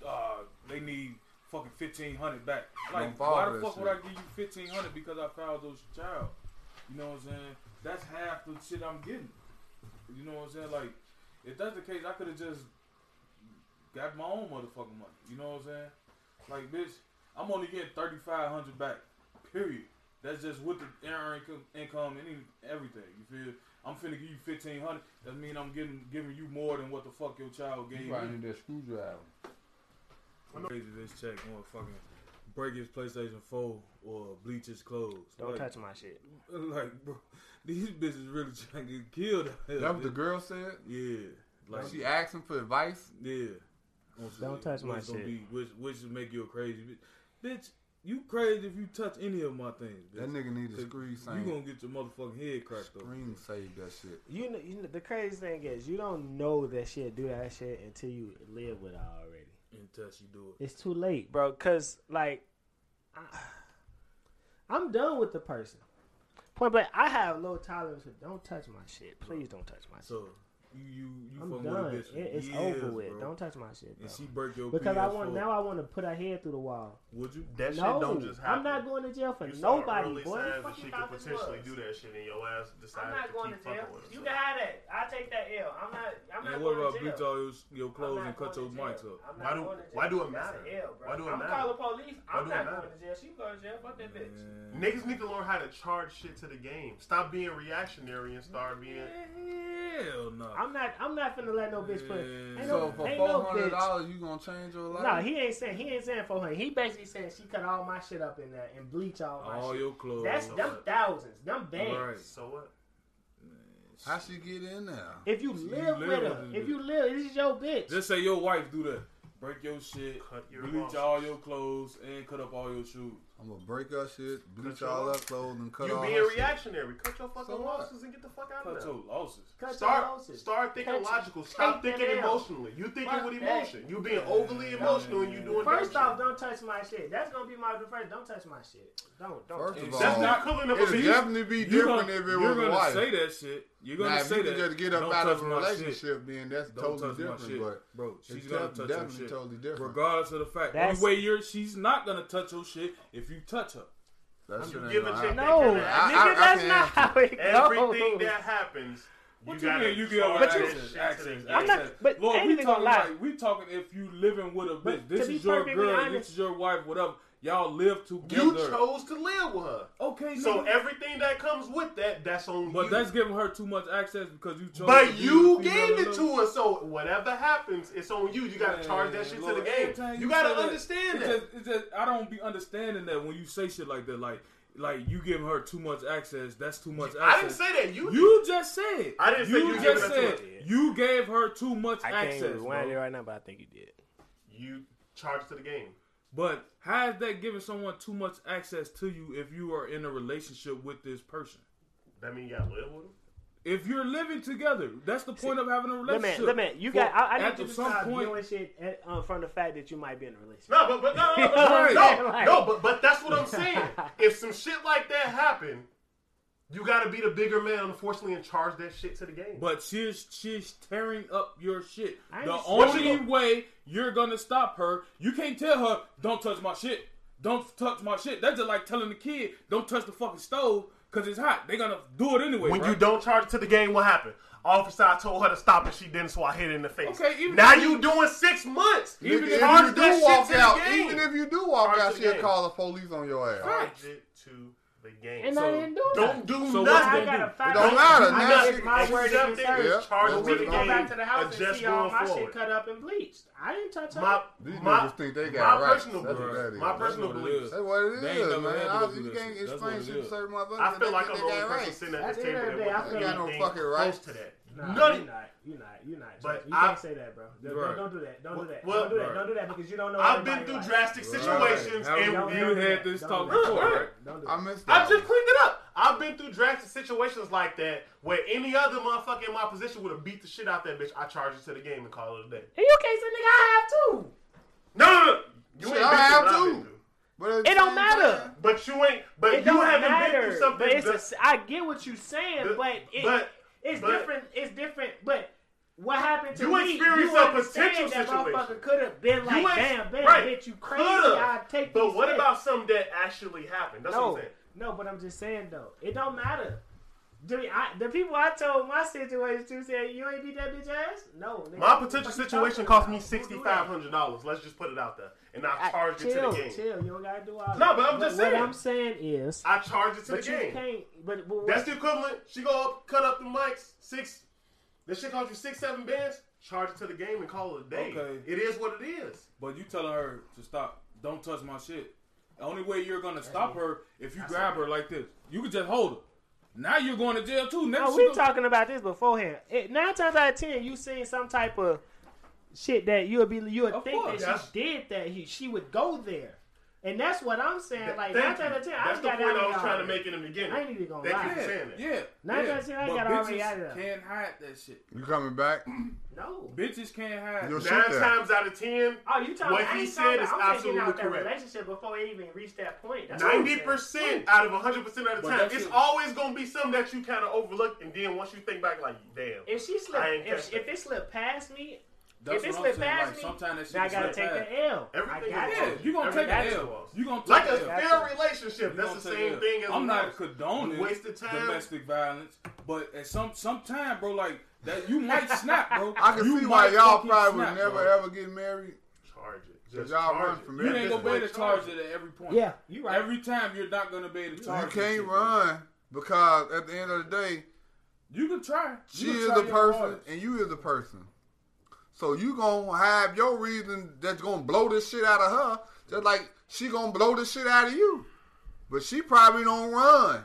uh, they need fucking fifteen hundred back. Like, Don't fall why for the that fuck would I shit. give you fifteen hundred because I filed those child? You know what I'm saying? That's half the shit I'm getting. You know what I'm saying? Like, if that's the case, I could have just got my own motherfucking money. You know what I'm saying? Like, bitch, I'm only getting thirty five hundred back. Period. That's just with the earned income, income and any- everything. You feel? I'm finna give you fifteen hundred. That mean I'm giving giving you more than what the fuck your child gave You you. probably need that screwdriver. Crazy this check, motherfucking break his PlayStation Four or bleach his clothes. Don't like, touch my shit. Like, bro, these bitches really trying to get killed. out here, That what the bitch. girl said. Yeah, like She asked him for advice. yeah. Don't touch my Which gonna shit. Be, which which will make you a crazy bitch. Bitch, you crazy if you touch any of my things. Bitch. That nigga need a Cause screen You save. gonna get your motherfucking head cracked off. Screen save that shit. You know, you know, the crazy thing is, you don't know that she'll do that shit until you live with her already. until she do it. It's too late, bro. Cause like, I, I'm done with the person. Point blank, I have low tolerance. For, don't touch my shit. Please don't touch my shit. So you you you I'm fucking with a done. bitch. It, for it's years, over with. bro. Don't touch my shit. And Bro. she break your Because I PS4, want now I want to put her head through the wall. Would you? That no, shit don't just happen. I'm not going to jail for you saw nobody, early boy. signs The that fuck you she thought could this potentially was? do that shit, and your ass I'm decided not to going keep to jail. fucking with You can herself. have that. I'll take that L. I'm not. I'm not And what going to about jail. bleach all your, your I'm clothes not and cut your going to mics jail. up? I'm Why not do- going to why do jail. it That's matter? an L, bro. Why do it I'm matter? calling police. Why I'm do it not matter? going to jail. She can go to jail. Fuck that bitch. Man. Niggas need to learn how to charge shit to the game. Stop being reactionary and start being. Hell no. I'm not. I'm not finna let no bitch put. Yeah. Ain't So no, for ain't four no hundred bitch. dollars, you gonna change your life? No, he ain't saying. He ain't saying for her. He basically saying she cut all my shit up in there and bleach all my All shit. your clothes. That's them thousands. Them bands. Right. So what? How she get in there? If you live, live with with her, this if bitch. you live, this is your bitch. Just say your wife do that. Break your shit, Cut your bleach losses. all your clothes, and cut up all your shoes. I'm gonna break her shit, bleach your all her life. clothes, and cut you all being her shit. reactionary. Cut your fucking So what? losses and get the fuck out Cut of there. your losses. Cut your Start, losses. start thinking Cut your- logical. Stop take that thinking L. emotionally. You thinking Fuck with that. emotion. You being overly emotional and you doing First dumb off, shit. don't touch my shit. That's gonna be my first. Don't touch my shit. Don't don't. First touch of my all, shit. That's not cool enough. It'd definitely be You different gonna- if it you're was a gonna wife. say that shit. You're gonna now, if say you that. can just get up Don't out of touch a my shit. relationship, then that's Don't totally touch my different. shit, But bro. She's it's gonna def- touch your definitely shit, totally different. regardless of the fact. That's- Only way you're, she's not gonna touch your shit if you touch her. that shit ain't give a gonna chick- happen. No, I- nigga, I- I that's can't not how it Everything goes. that happens, you What you, gotta mean? You get charge But that you- shit to access, the access, game. I'm not- access. but I ain't we even gonna talking lie. like we talking if you living with a bitch. But this to is be your perfectly girl. honest- this is your wife. Whatever. Y'all live together. You chose to live with her. okay, So nigga. everything that comes with that, that's on But you. that's giving her too much access because you chose. to but be you with female gave it to alone. her, so whatever happens, it's on you. You gotta charge Man, that shit Lord, to the every time game. You gotta say that, understand it's that. Just, it's just, I don't be understanding that when you say shit like that, like like you giving her too much access. That's too much access. I didn't say that. You, You just said. I didn't say You you giving just her too said much. you gave her too much access. bro. right now, but I think you did. you charge to the game. But how is that giving someone too much access to you if you are in a relationship with this person? That mean you gotta live with him. If you're living together, that's the point of having a Look, man, relationship. look, man, you For- got. I, I at need you to some stop point. doing shit at, um, from the fact that you might be in a relationship. No, but but no, no, no, Right. no, Like- no, but but that's what I'm saying. if some shit like that happen, you gotta be the bigger man, unfortunately, and charge that shit to the game. But she's she's tearing up your shit. I The understand. only way you're gonna stop her, you can't tell her, "Don't touch my shit. Don't touch my shit." That's just like telling the kid, "Don't touch the fucking stove because it's hot." They're gonna do it anyway. when right? you don't charge it to the game, what happened? Officer, I told her to stop, and she didn't, so I hit her in the face. Okay, even now if you doing six months. Even Nigga, if charge if you that do shit walk to the out, game. even if you do walk Charge out, the she'll game. call the police on your ass. charge Facts. it to the game. And I So, didn't do don't that. do So what's I nothing. that gotta do? fight. It don't matter. I Now guess she- my word Accept is it. concerned. Yeah. Charge That's it We to can the go game. back to the house and Adjust see all going my forward. shit cut up and bleached. I didn't touch her. My, These my, niggas think they my got rights. personal That's beliefs. what that is. My That's personal what it beliefs. is. That's what it They ain't is, never man. had I- to You do this can't shit. That's explain what it shit to is. certain motherfuckers. I that feel they like think I'm the they got only person rights. sitting At at the this end of table that the day, I wasn't They got no anything fucking close rights. to that. Nah, None. you're not. You're not. You're not. But you I- can't say that, bro. Don't, Right. don't do that. Don't do that. Well- don't do that. Right. Don't do that because you don't know. I've been everybody through like- drastic situations, Right. and How- Don't- You don't do had that. this Don't talk do that. before, right? Don't do I that. missed I that. just cleaned it up. I've been through drastic situations like that where any other motherfucker in my position would have beat the shit out that bitch. I charge it to the game and call it a day. In your case, a nigga, I have too. No, no, no. You Shit, ain't I been have through what I've too. been through. But at It the don't same matter. time- But you ain't. But It you don't haven't been matter. through something. but it's that's- a, I get what you're saying, But- but, it, but- it's but- different. It's different. But what happened to You me? experienced you a understand potential that situation. motherfucker could have been like, You ex- "Damn, bam, right. bitch, you crazy." Coulda. I take. But these what steps." about something that actually happened? That's no, what I'm saying. no? But I'm just saying though, it don't matter. Do I, the people I told my situation to said, "You ain't beat that bitch ass." No, nigga, what My the potential fuck you situation talking cost about? me Who do that? sixty five hundred dollars. Let's just put it out there, and I I- charged it to chill, the game. Chill, you don't gotta do all that. No, but I'm just saying. What I'm saying is, I charged it to the but you game. can't. But, but That's the equivalent. She go up, cut up the mics, six. That shit cost you six, seven bands. Charge it to the game and call it a day. Okay. It is what it is. But you telling her to stop. Don't touch my shit. The only way you're gonna stop her if you grab her like this. You could just hold her. Now you're going to jail too. Next No, she Oh, we go- talking about this beforehand. It, nine times out of ten, you seen some type of shit that you would be you would Of think course. that she did that. He, she would go there, And that's what I'm saying. Like nine Thank times out of you. ten, I That's just the got point out of I it was trying to already. make in the beginning. I ain't even gonna Thank Yeah, lie. you. saying that. yeah. Now yeah. that I said I But got already bitches out of there. Can't hide that shit. You coming back? No. Bitches can't hide. Your that. shit Nine there. times out of ten, Oh, you talking? What I he ain't said talking, is I'm taking out absolutely that correct. relationship before it even reached that point. That's what I'm ninety saying. percent out of hundred percent of the But time, that's it's it. always gonna be something that you kind of overlook, and then once you think back, like, damn. If she I ain't slipped, catch if, that. if it slipped past me, That's if it what I'm slipped saying, past like, me, sometimes that shit then I gotta slip take past. the L. I Everything got is Yeah, it. you gonna take Everything an is L. lost. You gonna take Like a an L. fair relationship, You that's gonna the take same L. thing as I'm a not loss. condoning You wasted time. domestic violence, but at some sometime, bro, like that, you might snap, bro. I can you see why might y'all fucking probably snap, would never bro. ever get married. Charge it. Cause Just y'all charge run it. from You You ain't everything. gonna just be able to charge charge it. it at every point. Yeah, you right. Every time you're not gonna be able to You charge. that can't shit, bro. run because at the end of the day, You can try. she You can is try a your person hardest. and you is a person. So you gonna have your reason that's gonna blow this shit out of her, just like she gonna blow this shit out of you. But she probably don't run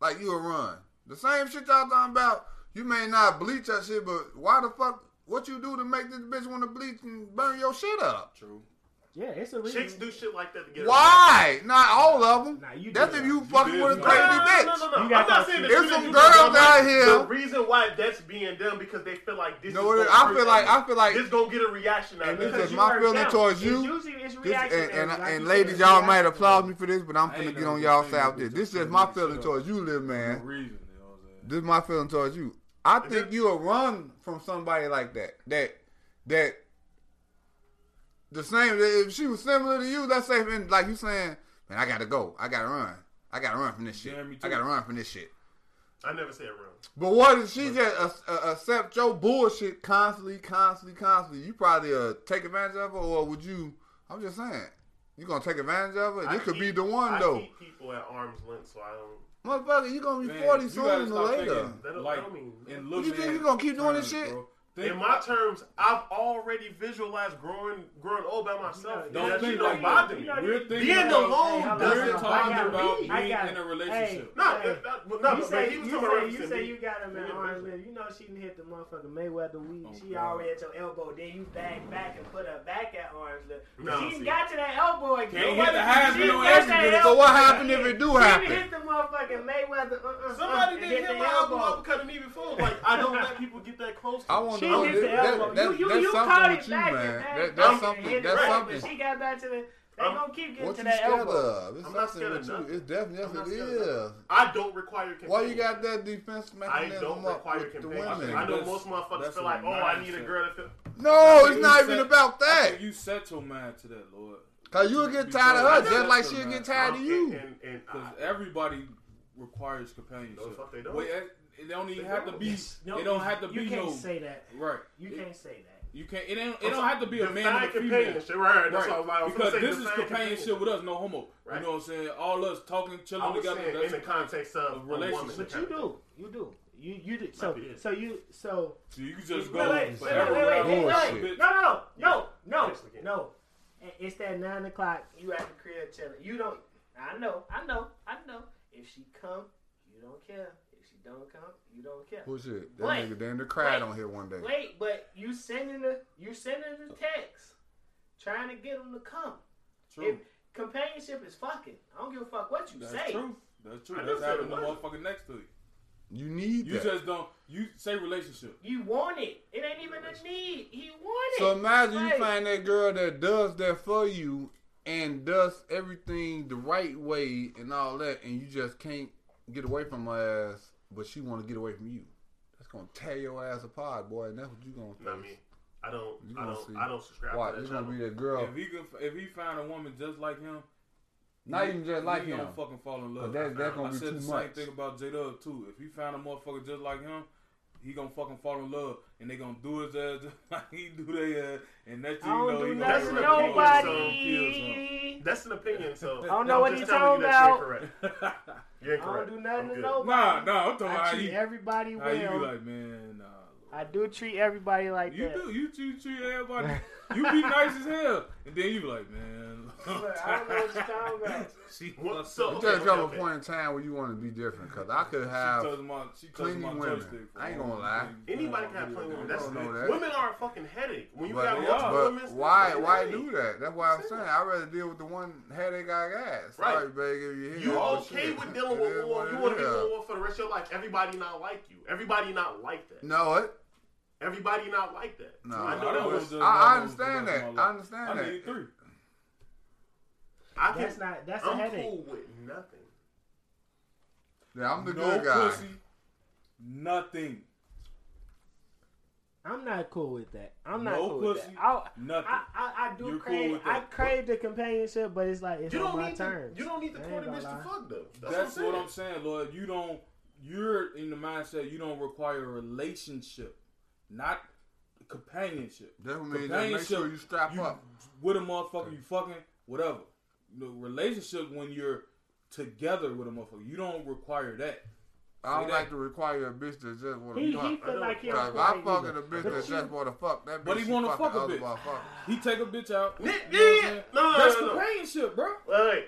like you'll run. The same shit y'all talking about. You may not bleach that shit, but why the fuck? What you do to make this bitch want to bleach and burn your shit up? True. Yeah, it's a reason. Chicks do shit like that to get Why? Not all of them. Nah, you do That's if that. you fucking did with a that. crazy around. bitch. No, no, no, no. You I'm got not that saying that There's you some didn't do girls that. out here- The reason why that's being done because they feel like this. You know what is it- gonna I hurt feel like them. I feel like this gonna get a reaction out And of this it. is my feeling towards It's you. usually it's This, and, reaction. and, like you and said, ladies, it's y'all might reaction. applaud me for this, but I'm I ain't finna get never on been y'all saying side with this this. to This is somebody, just my shut feeling up. towards you, little No man. reason. You know what I'm saying? This is my feeling towards you. I think you'll run from somebody like that. That that the same. that If she was similar to you, let's say, if- like you saying, man, I gotta go. I gotta run. I gotta run from this shit. Yeah, me I too. gotta run from this shit. I never said wrong. But what if she just uh, uh, accept your bullshit constantly, constantly, constantly? You probably uh, take advantage of her, or would you? I'm just saying, you gonna take advantage of her. I This could be keep- the one I though, keep people at arm's length, so I don't. motherfucker. You gonna be Man, forty you gotta sooner or stop later. thinking, That don't- like, that don't mean- in You little think man you gonna keep doing this terms, shit? bro. Think In my terms, I've already visualized growing, growing old by myself. You know, That Don't think shit you know, like don't you that. bother me. know, We're you- thinking Being about, alone We're doesn't talking bother about me. being I got in it. a relationship. No, that- that- no, you but say, he was you, talking about say, you say you got him at arm's length. You know she didn't hit the motherfucking Mayweather weed. Oh, she God. already at your elbow. Then you back back and put her back at arm's length. No, she see. didn't got to that elbow again. Can't hit the highs She with no didn't got that estrogen. So what elbow happened again. if it do She didn't happen? hit the motherfucking Mayweather. Uh-uh, Somebody uh, did hit my elbow uppercut and even full. Like I don't let people get that close. To I me. want She to know hit this. the That, elbow. that- you you, that's you caught something it with you, back, man. man. That, I'm that's something. hit That's it right, something. But she got back to the. They I'm- gonna keep getting What to you that scared elbow. of? It's I'm not something scared with of you. nothing. It's definitely not yes, it scared of is. I don't require. Companionship. Why you got that defense I mechanism don't up require with the companionship. women? I know That's- most motherfuckers that's feel like, a oh, I need a mindset. girl to feel. No, Oh, it's You not set- even about I that. think You set your mind to that, Lord. Cause you'll get tired of her Because just like that's she'll a get man. tired of Um, you. And, and, and Because I- everybody requires No, companionship. fuck they don't. Wait, that- it don't even They have to don't. be. Yes. It don't have to you be can't no. say that. Right. You It- can't say that. You can't. It ain't. It don't have to be a man Define and a female. companionship. Right, right. That's Right. what I was like. I was because gonna say this is define companionship with us, no homo. Right. You know what I'm saying? All us talking, chilling I was together. saying that's in the context of a relationship. woman. But you do. You do. You you do. So be it. so you so. So you can Wait, just go. wait, wait, for wait, every wait, wait, round. wait, Bullshit. Bitch, No, no, no, no, no, Yes, again. no. I- It's that nine o'clock. You at the crib chilling. You don't. I know. I know. I know. If she come, you don't care. If she don't come, you don't care. Bullshit. That Wait, nigga damn near cried wait, on here one day. Wait, but you sending the you sending the text, trying to get them to come. True. If companionship is fucking, I don't give a fuck what you That's say. true. That's true. I That's just said it having the wasn't. motherfucker next to you. You need You that. just don't. You say relationship. You want it. It ain't even a need. He want it. so imagine you Like- find that girl that does that for you and does everything the right way and all that, and you just can't get away from her ass, but she want to get away from you. That's gonna tear your ass apart, boy, and that's what you gonna. Not face. me. I don't. You I gonna don't. see. I don't subscribe Why to you that. gonna channel. be that girl? If he can, if he find a woman just like him, Not he- even just like he him. don't fucking fall in But love. that, that's gonna I be said too the same much. thing about J Dub too. If he found a motherfucker just like him, he gonna fucking fall in love, and they gonna do his ass just like he do their ass, and next thing I you don't know, do he nothing to gonna nobody. That's an opinion. So I don't know what he talking about. You're incorrect. I don't You're incorrect. do nothing I'm to good. nobody. Nah, nah, I'm talking about I how treat you, everybody how you well. be like, man, nah. I do treat everybody like You that. do. You treat, treat everybody. You be nice as hell, and then you be like, man. I'm Look, I don't know what you're tired." talking about. She What- wants so- to. You Okay, gotta okay, come to okay. a point in time where you want to be different, cause I could she have. touched my. She touched clean my women. joystick. I ain't gonna lie. Anybody can have plain women. That's don't know that. women are a fucking headache. When you But, got yeah, multiple but women, why? it's a Why headache. do that? That's why I'm Simple. saying I'd rather deal with the one headache I got. Sorry, Right. baby, if you hear You that, but okay shit, with dealing it with is war? what You it want to be is. with war for the rest of your life? Everybody not like you. Everybody not like that. No, it. Everybody not like that. No. I I know that don't was. judge I- I my woman for understand the rest of that. my I life. understand I need that. three. I can. That's not. That's a I'm headache. cool with nothing. Yeah, I'm the no good guy. pussy. Nothing. I'm not cool with that. I'm not No cool with pussy, that. I, nothing. I, I, I do You're cool crave. with I that. crave the companionship, but it's like it's You on don't my need to. terms. You don't need to I ain't corny gonna bitch lie. to fuck though. That's what I'm saying, Lord. You don't. You're in the mindset. You don't require a relationship, not companionship. That would mean that make sure you strap up. with a motherfucker. You fucking whatever. The relationship when you're together with a motherfucker, you don't require that. I don't Say like that. to require a bitch to just want He, to he fuck. feel like he Cause don't if I like fuck either. a bitch But that you- just want to fuck, that bitch But he she wanna fucking fuck a other bitch. motherfuckers. He take a bitch out. Ni- you know what I'm yeah. saying? No, no, That's no, no. companionship, bro. All right.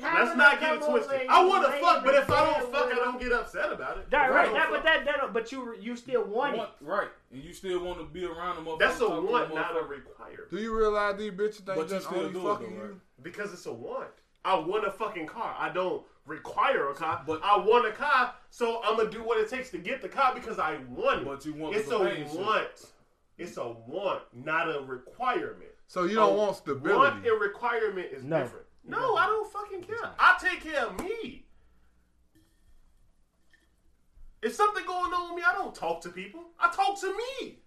How Let's did not I get it come over twisted. and I you want to laid fuck, but in if I bed don't fuck, I with- don't get upset about it. That, If I right, don't that, fuck- but that, that, but you, you still want it. Want- right, and you still want to be around a motherfucker. That's a talk to want, not a motherfucker. require. Do you realize these bitches But you think just still only do it though, fucking right? you? Because it's a want. I want a fucking car. I don't require a car. But- But I want a car, so I'm gonna do what it takes to get the car because I want it. But you want it's the a companionship. want. It's a want, not a requirement. So you don't A want Want stability. and requirement is No. different. No, I don't fucking care. I take care of me. If something going on with me, I don't talk to people. I talk to me.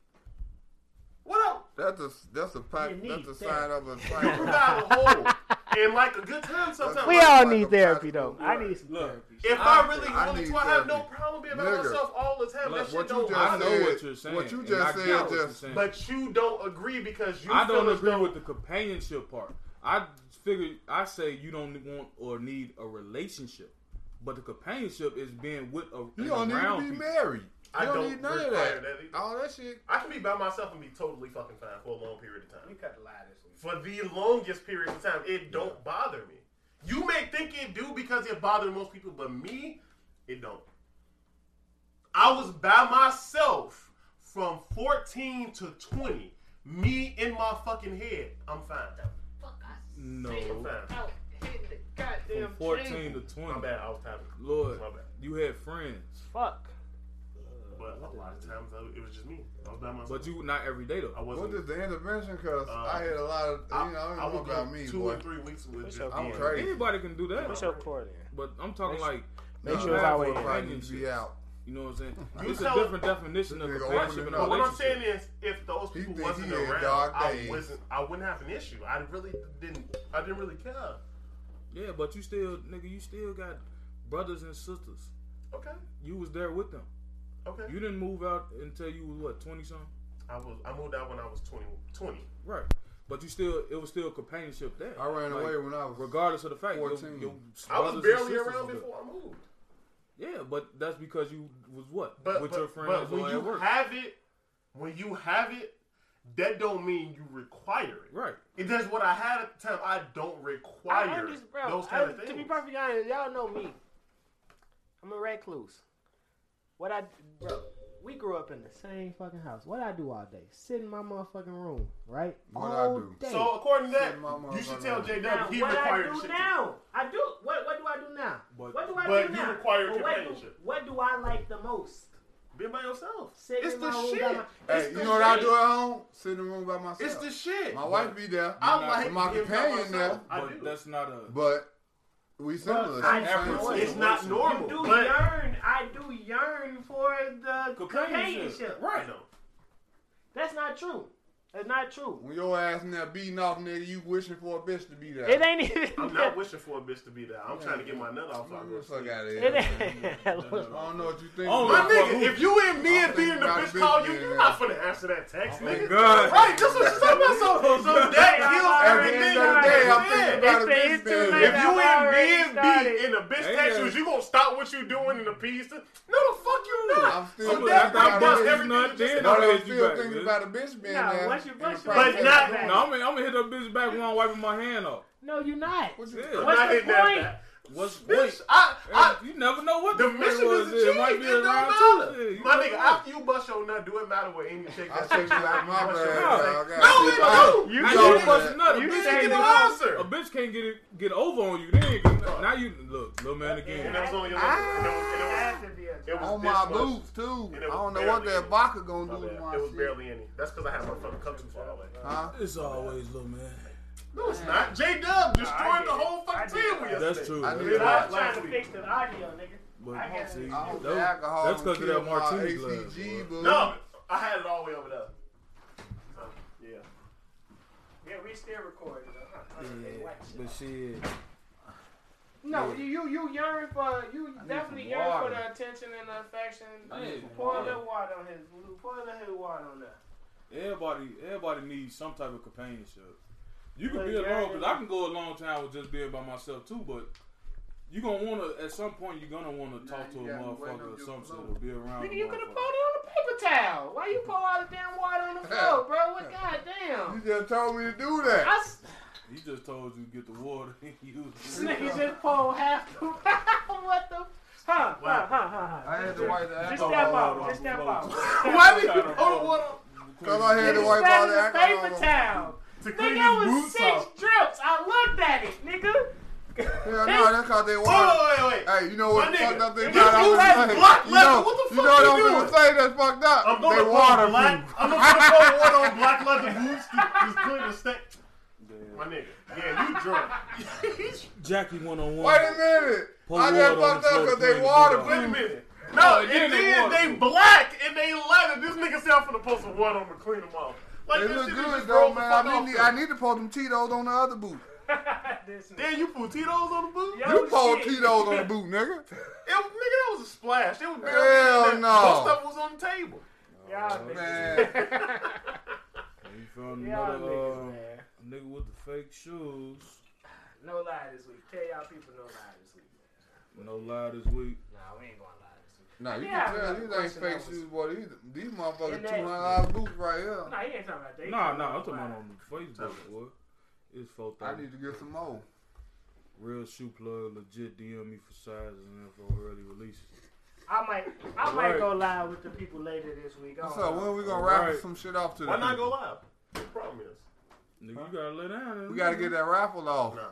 What up? That's a that's a pack, You need that's a sign therapy. of a You cycle. got a hole and like a good time sometimes. We Like, all like need a therapy though. practical- I need some Look, therapy. If I- I, really I wanted need to, I have no therapy. problem being by Nigga. myself all the time. Look, that shit what you don't. just I know said- what you're saying. what you and just I said get what you're just- saying. but you don't agree because you. I don't feel as agree though- with the companionship part. I figure I say you don't want or need a relationship, but the companionship is being with a You and don't need around to be people. married. You I don't, don't need none of require that. that either. All that shit. I can be by myself and be totally fucking fine for a long period of time. cut the lie this week. For the longest period of time, it don't bother me. You may think it do because it bothers most people, but me, it don't. I was by myself from 14 to 20. Me in my fucking head. I'm fine. I'm No, fine. from fourteen to twenty. My bad. I was tapping. Lord, My bad. you had friends, Fuck. But a lot of times I, it was just me. I was by myself. but you not every day I though. wasn't. What is the intervention? Cause Uh, I had a lot of you know I I don't know would go about me, two boy. or three weeks with just up, I'm being- yeah. crazy. Everybody can do Push that, your cord in. but I'm talking like Make Nah, sure it's I have always a probably need to companionship. be out. You know what I'm saying? You It's a tell- different definition of Nigga, companionship open and it a But up. what I'm relationship. saying is, if those He people think wasn't he had around, dog I days. wasn't. I wouldn't have an issue. I really didn't. I didn't really care. yeah, but you still, nigga, you still got brothers and sisters. Okay. You was there with them. Okay. You didn't move out until you was what twenty something. I was. I moved out when I was 20. 20. Right. But you still, it was still companionship there. I ran Like, away when I was Regardless of the fact, your, 14. your I brothers and was barely sisters around was there. before I moved. Yeah, but that's because you was what But, with but, your friends but when or you at work. have it, when you have it, that don't mean you require it. right. It does what I had at the time. I don't require I understand, bro. those kind I- of things. To be perfectly honest, y'all know me. I'm a recluse. What I, bro, we grew up in the same fucking house. What I do all day? Sit in my motherfucking room, right? What I all do? Day. So according to that, Send my mother you should tell around. J now, W he what I required do shit. now? I do. What What do I do now? But- what do I but do you now? require But what, do, companionship. what do I like the most? Being by yourself. Sitting it's in the my room shit. by my- Hey, It's you the know what I shit. do at home? Sit in the room by myself. It's the shit. My wife be there, I like my being by myself. companion there. I but do. that's not a. but we similar. I- Same Every shit. it's not normal. I do but yearn. I do yearn for the companionship. Right. That's not true. That's not true. When your ass in there beating off, nigga, you wishing for a bitch to be there. It ain't even. I'm not wishing for a bitch to be there. I'm trying to get my nut off. so I Man, go get the to sleep. fuck out of It here. ain't. I don't know what you think. Oh, My about- nigga, if you and me I'm and being the thinking about bitch a bitch call you, being you're there. not finna answer that Oh, text, nigga. God. Right, that's what she's talking about. Oh, So, so God. that Every kills everything. single you day, I'm said. thinking about a It's- bitch it's too being late. there. I've If you and me already and started. B in a bitch Hey, text yeah. you, you gonna stop what you doing in the piece? No, the fuck you I'm still After thinking not- I about bust a bitch. every nut, then No, I'll no, I'm hit you still back. thinking bitch. about a bitch being Nah, there. once you in brush the your process. butt, not No, I'm gonna, I'm gonna hit that bitch back when I'm wiping my hand off. No, you're not. What you- Yeah. What's Not the hitting that point? back. What's Bitch, I, I, you never know what the fuck mission was. is achieved. It might be it don't around matter. two. Yeah, you My never nigga, know. after you bust your nut, do it matter what any chick I that checked you out my Bust your bag, nut. dog. I No, it checked don't. you I know know that. what's another. You bitch said can't the get- answer. A bitch can't get it, get over on you. Then it can- now you look, little man And again. that was on your Has level. to be a It was, it was, it was On this my much. boots too. I And it was don't know what barely that vodka gonna My do to bad. my It was shit. barely any. That's because I had my fucking cup too far away. Huh? It's always little man. No, it's not. J Dub I destroyed get the it. whole I get it. fucking team with yesterday. That's true. I man. need Did to- I I'm last trying to week. fix the audio, nigga. But I guess see, it- I hope that was- the alcohol that's because of killed that my martini glass. ACG, boy. boo. No, I had it all the way over there. So, yeah. Yeah, we still recording. though. I- I- they Yeah, watch it. but shit. No, you you you yearn for you definitely some yearn for water. the attention and the affection. I need some Pour a water. little water on his Pour a little water on that. Everybody, everybody needs some type of companionship. You can Well, be alone yeah. because I can go a long time with just being by myself too. But you gonna wanna at some point you're gonna wanna talk to you a gotta wait on motherfucker or your some shit flow. or be around. a Nigga, you could have poured motherfucker. it on a paper towel. Why you pour all the damn water on the floor, bro? What You goddamn? just told me to do that. I s- He just told you get the water and use this it. nigga just poured half the. what the? Huh? Huh? Huh? Huh? huh. I had to wipe the Just alcohol step out. off. Just step out. Why did you throw the water? Cause I had to Nigga wipe spat all in the the alcohol paper off. towel. To clean Nigga, it his was boots six off. drips. I looked at it, nigga. Hell no, that's cause they water. Oh, wait, wait, wait. Hey, you know My what the nigga, fucked up thing you about do that I'm block You level. know, What the fuck you know what you I'm gonna doing? say that's fucked up. I'm they gonna water pour black. I'm gonna put water on black leather boots to just clean the stank. My nigga, yeah, you drunk. Jackie one on Wait one. a minute. Pour I water just on fucked the up floor, cause clean they the water boot Wait a proof. minute. Oh, No, and and then they then water. they black and they leather. This nigga said I'm finna pour some water on them to clean them off. Like They this look shit is good just though, rolled the man. I fuck need, off. I need to pour them Tito's on the other boot. This nigga. Then you put Tito's on the boot. Yo, You poured shit. Tito's on the boot, nigga. It, nigga, that was a splash. It was barely Hell that- no. Most stuff was on the table. Y'all niggas. Oh, Man. You found Y'all another niggas, uh, man. nigga with the fake shoes. No lie this week. Tell y'all people no lie this week. No lie this week. Nah, we ain't gonna lie this week. Nah, you Yeah, can tell I these know. ain't fake shoes, boy. These, these motherfuckers And that- two hundred dollar boots right here. Nah, he ain't talking about that. He Nah, nah, I'm talking why. about on Facebook, boy. It's four I thirty. need to get some more. Real shoe plug, legit DM me for sizes and info early releases. I might, I might Alright. go live with the people later this week. I What's don't up? know. When we gonna raffle Alright. some shit off to the Why not people? go live? The problem is, Nigga, you gotta let down. We gotta get that raffle off. nah,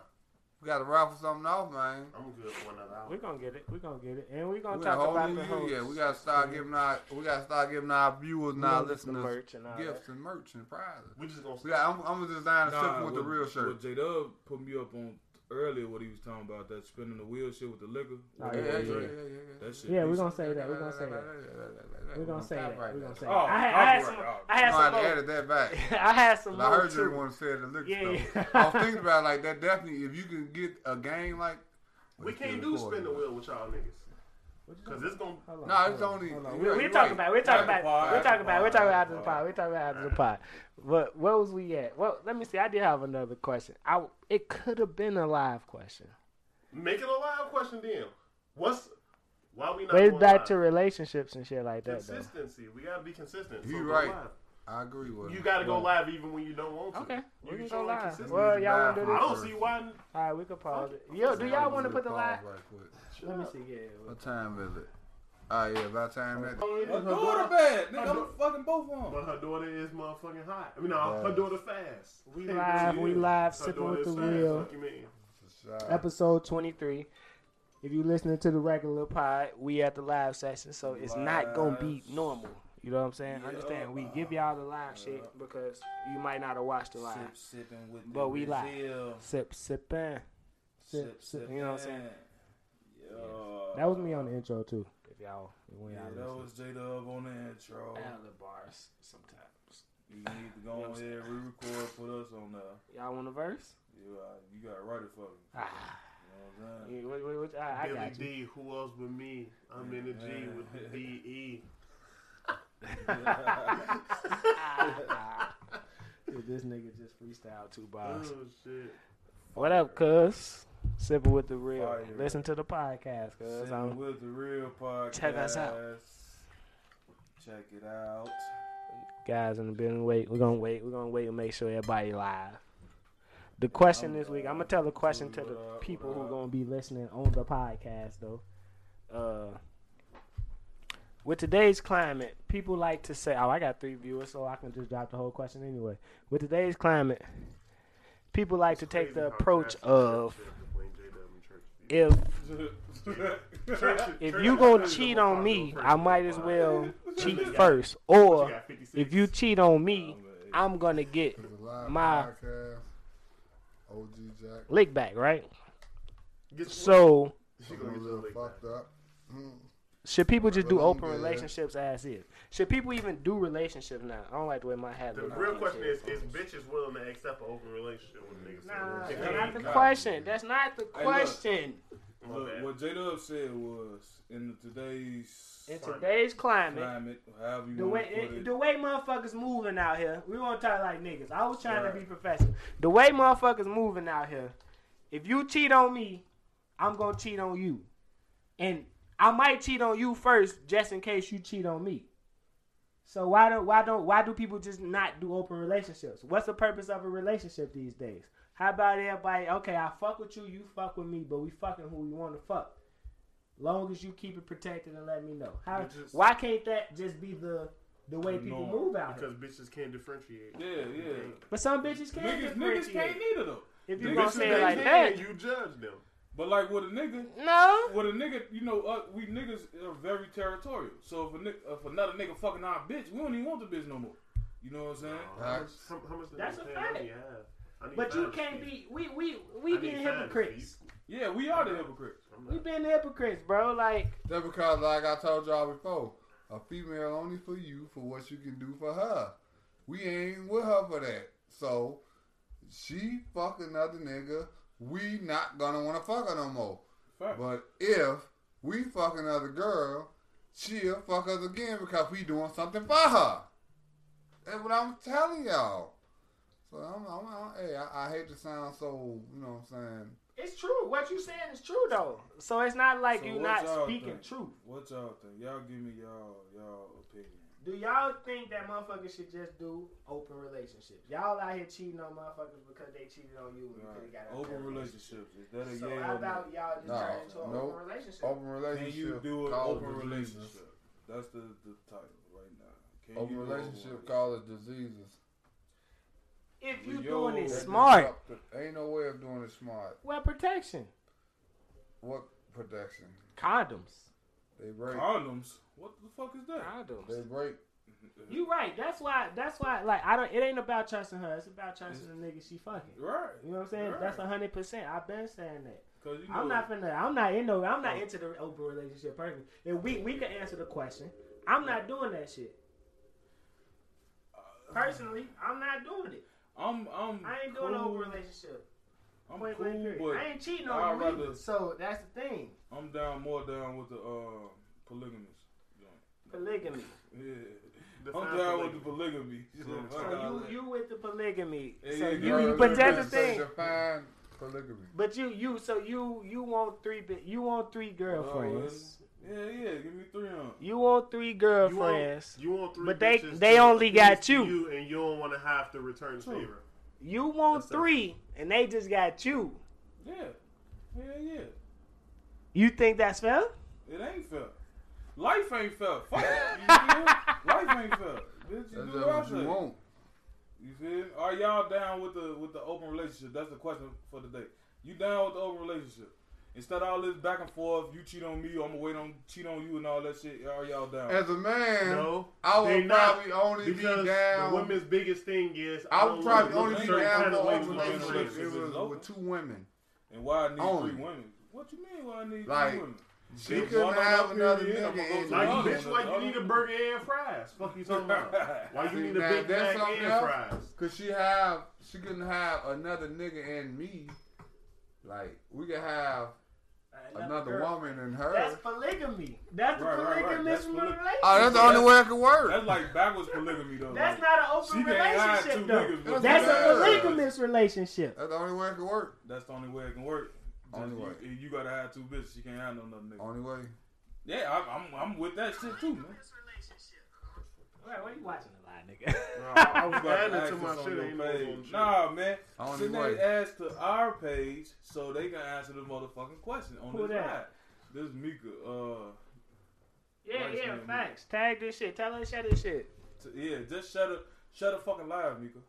We gotta raffle something off, man. I'm good for another hour. We gonna get it. We gonna get it, and we gonna We in a talk whole about new the year. host. Yeah, we gotta start giving our we gotta start giving our viewers and our gonna get some listeners merch and all gifts and merch and prizes. We just gonna. We got, I'm, I'm gonna design a Nah, shirt with the real shirt. What J Dub put me up on earlier, what he was talking about that spinning the wheel shit with the liquor. Oh, With Yeah, yeah, the yeah, red yeah, drink. yeah. That shit. Yeah, we decent. gonna say that. We gonna say that. We gonna say that. We gonna say that. Oh, I had, I had some. copyright. I I'm had gonna have some. to More, edit that back. I had some. I more heard too. you one said the liquor Yeah, stuff. yeah. I was thinking about it like that. Definitely, if you can get a game like We can't do spin the wheel with y'all niggas. Cause it's gonna. No, nah, it's only. We'll talk about. We'll talk After about. pod, We'll talk after about. We'll pod, talk about after after the pod. pod. We'll talk about after the pod. But where was we at? Well, let me see. I did have another question. I it could have been a live question. Make it a live question then. What's why we not But it's going back live? to relationships and shit like that. Though. consistency? We gotta be consistent. You go right. live. I agree with You you. gotta go live even when you don't want to. Okay, You we can can go show live. consistency. Well, y'all want to do I this? don't see why. All right, we could pause it. Yo, do y'all want to put the live? Let me see. Yeah. What time is it? Oh yeah, by the time that. Her daughter bad. Nigga, I'm daughter- fucking both of them. But her daughter is motherfucking hot. I mean, no, her daughter fast. We live. We live. Sipping with the real. Fuck you mean? Episode twenty three. If you listening to the regular pod, we at the live session, so it's not gonna be Live. normal. You know what I'm saying? Understand? We give y'all the live shit because you might not have watched the live. Sip, sipping with But the we live. Brazil. Sip, sipping. Sip, sip. You know what I'm saying? Yeah. That was me on the intro too. If y'all, when Yeah, y'all that listen. was J Dub on the intro. I have the bars sometimes. You need to go on here, re-record, put us on there. Y'all want a verse? You, uh, you gotta write it for me. Ah, You know what I'm saying? yeah, what, what, what, I, I Billy got you. D, who else but me? I'm in the G with the D E. Ah. Dude, this nigga just freestyle two Oh Uh, bars. shit. What up, cuz? Sipping with the real. Fire. Listen to the podcast, cuz. Sipping I'm- with the real podcast. Check us out. Check it out. guys in the building. Wait, we're gonna wait. We're gonna wait and make sure everybody live. The question I'm, this week, uh, I'm gonna tell the question to Tony, the what up, people what who up? gonna be listening on the podcast though. Uh, with today's climate, people like to say, "Oh, I got three viewers, so I can just drop the whole question anyway." With today's climate, people like to take the approach of if if you gonna cheat on me, I might as well cheat first, or if you cheat on me, I'm gonna get It's a live My- podcast. OG Jack. lick back, right? Get So she I'm gonna a get your little lick back. fucked up. Mm. should people just do Well, open yeah. relationships as is? Should people even do relationships now? I don't like the way my hat The look. real question is: Is bitches willing to accept an open relationship with niggas? Nah, If that's they not ain't the nah. question. That's not the look. question. My Look, bad. what J Dub said was in today's In today's climate, climate, however you The way want to put it, it, the way motherfuckers moving out here, we want to talk like niggas. I was trying Right. to be professional. The way motherfuckers moving out here, if you cheat on me, I'm gonna cheat on you, and I might cheat on you first, just in case you cheat on me. So why don't why don't why do people just not do open relationships? What's the purpose of a relationship these days? How about everybody? Okay, I fuck with you, you fuck with me, but we fucking who we want to fuck. Long as you keep it protected and let me know. How, You just- why can't that just be the the way people norm, move out Because here? bitches can't differentiate. yeah, yeah. But some bitches can't Niggas, niggas differentiate. can't either though. if you niggas gonna is say they it like can, that, you judge them. But like with a nigga, no. with a nigga, you know, uh, we niggas are very territorial. So if a nigga, if another nigga fucking our bitch, we don't even want the bitch no more. You know what I'm saying? How much? How, how much? That's does a it pay? I fact. need half. I need But you five can't feet. be. We we we I need being five hypocrites. Yeah, we are the hypocrites. I'm We not- been hypocrites, bro. Like That's because, like I told y'all before, a female only for you for what you can do for her. We ain't with her for that. So she fuck another nigga. We not gonna want to fuck her no more. Fact. But if we fuck another girl, she'll fuck us again because we doing something for her. That's what I'm telling y'all. So I'm, I'm, I'm hey, I, I hate to sound so, you know what I'm saying. it's true. What you saying is true though. So it's not like So you what not y'all speaking think? truth. What y'all think? Y'all give me y'all y'all opinion. Do y'all think that motherfuckers should just do open relationships? Y'all out here cheating on motherfuckers because they cheated on you and because they Right. got an Open relationships. Is that a So how yeah or no? about y'all just No, turn into an no. open relationship? Open Can relationship. you do an call it open diseases. relationship? That's the, the title right now. Can Open you do relationship one? cause diseases. If you Yo, doing it that's smart, Ain't no way of doing it smart. what protection? What protection? Condoms. They rape. Condoms. What the fuck is that? They Condoms. rape. You right. That's why. That's why. Like I don't. It ain't about trusting her. It's about trusting the nigga she fucking. Right. You know what I'm saying? Right. That's hundred percent. I've been saying that. Cause you know, Oh. I'm not finna. I'm not in no. I'm not into the open relationship person. If we we can answer the question, I'm not doing that shit. Personally, I'm not doing it. I'm I'm. I ain't doing cool. no open relationship. I'm Point cool, blank period. but I ain't cheating I'd on you either. rather- So that's the thing. I'm down more down with the uh, polygamous joint. Polygamy. Yeah, Define I'm down with the polygamy. polygamy. So Fuck all So that. you you with the polygamy. Yeah, So yeah, you, girl, you girl, but girl, that's the Say thing. Define polygamy. But you you so you you want three bi- you want three Oh, girlfriends. Uh, yeah, yeah, give me three on. You want three You want, girlfriends. you want three But they- bitches they to only got please you. you, and you don't want to have to return the favor. You want That's it. three, and they just got you. Yeah, yeah, yeah. You think that's fair? It ain't fair. Life ain't fair. Fuck it. You feel? Life ain't fair. Bitch, you That's do just what I what say. you want. You feel? me? Are y'all down with the with the open relationship? That's the question for today. You down with the open relationship? Instead of all this back and forth, you cheat on me, I'm gonna wait on cheat on you and all that shit. Are y'all down? As a man, No, I would they not, probably only be because down. The women's biggest thing is I don't would probably want only to be look certain down kind for of way ways with open with women. relationship. relationships. It was with two women. and why I need Only. three women? What you mean? Why I need Like, three women? She If couldn't one on have that another period, I'ma nigga. go and to Like, the do other it. bitch, like you Another need a one. burger and fries. Fuck you talking about? Why you See, need a now, Big that's Mac something and else. fries? Cause she have she couldn't have another nigga and me. Like we could have another girl. woman and her. That's polygamy. That's Right, the right, right. polygamous That's from a poly- relationship. oh, that's the only way it could work. That's like backwards polygamy though. That's like, not an open she can't hide relationship two though. niggas, but That's she a got- polygamous relationship. That's the only way it could work. That's the only way it can work. Just Only you, way. You gotta have two bitches. You can't have no other nigga. Only way. Yeah, I, I'm I'm with that shit too, man. Right, what are you watching a lot, nigga? I was about adding ask to my us on shit. your Ain't no page. on shit. Nah, man. I don't Send even they like- ass to our page so they can answer the motherfucking question on Who this that? ride. This Mika, uh, yeah, Right, yeah, man. facts. Tag this shit. Tell us share this shit. t- yeah, just shut up, shut a fucking live, Mika.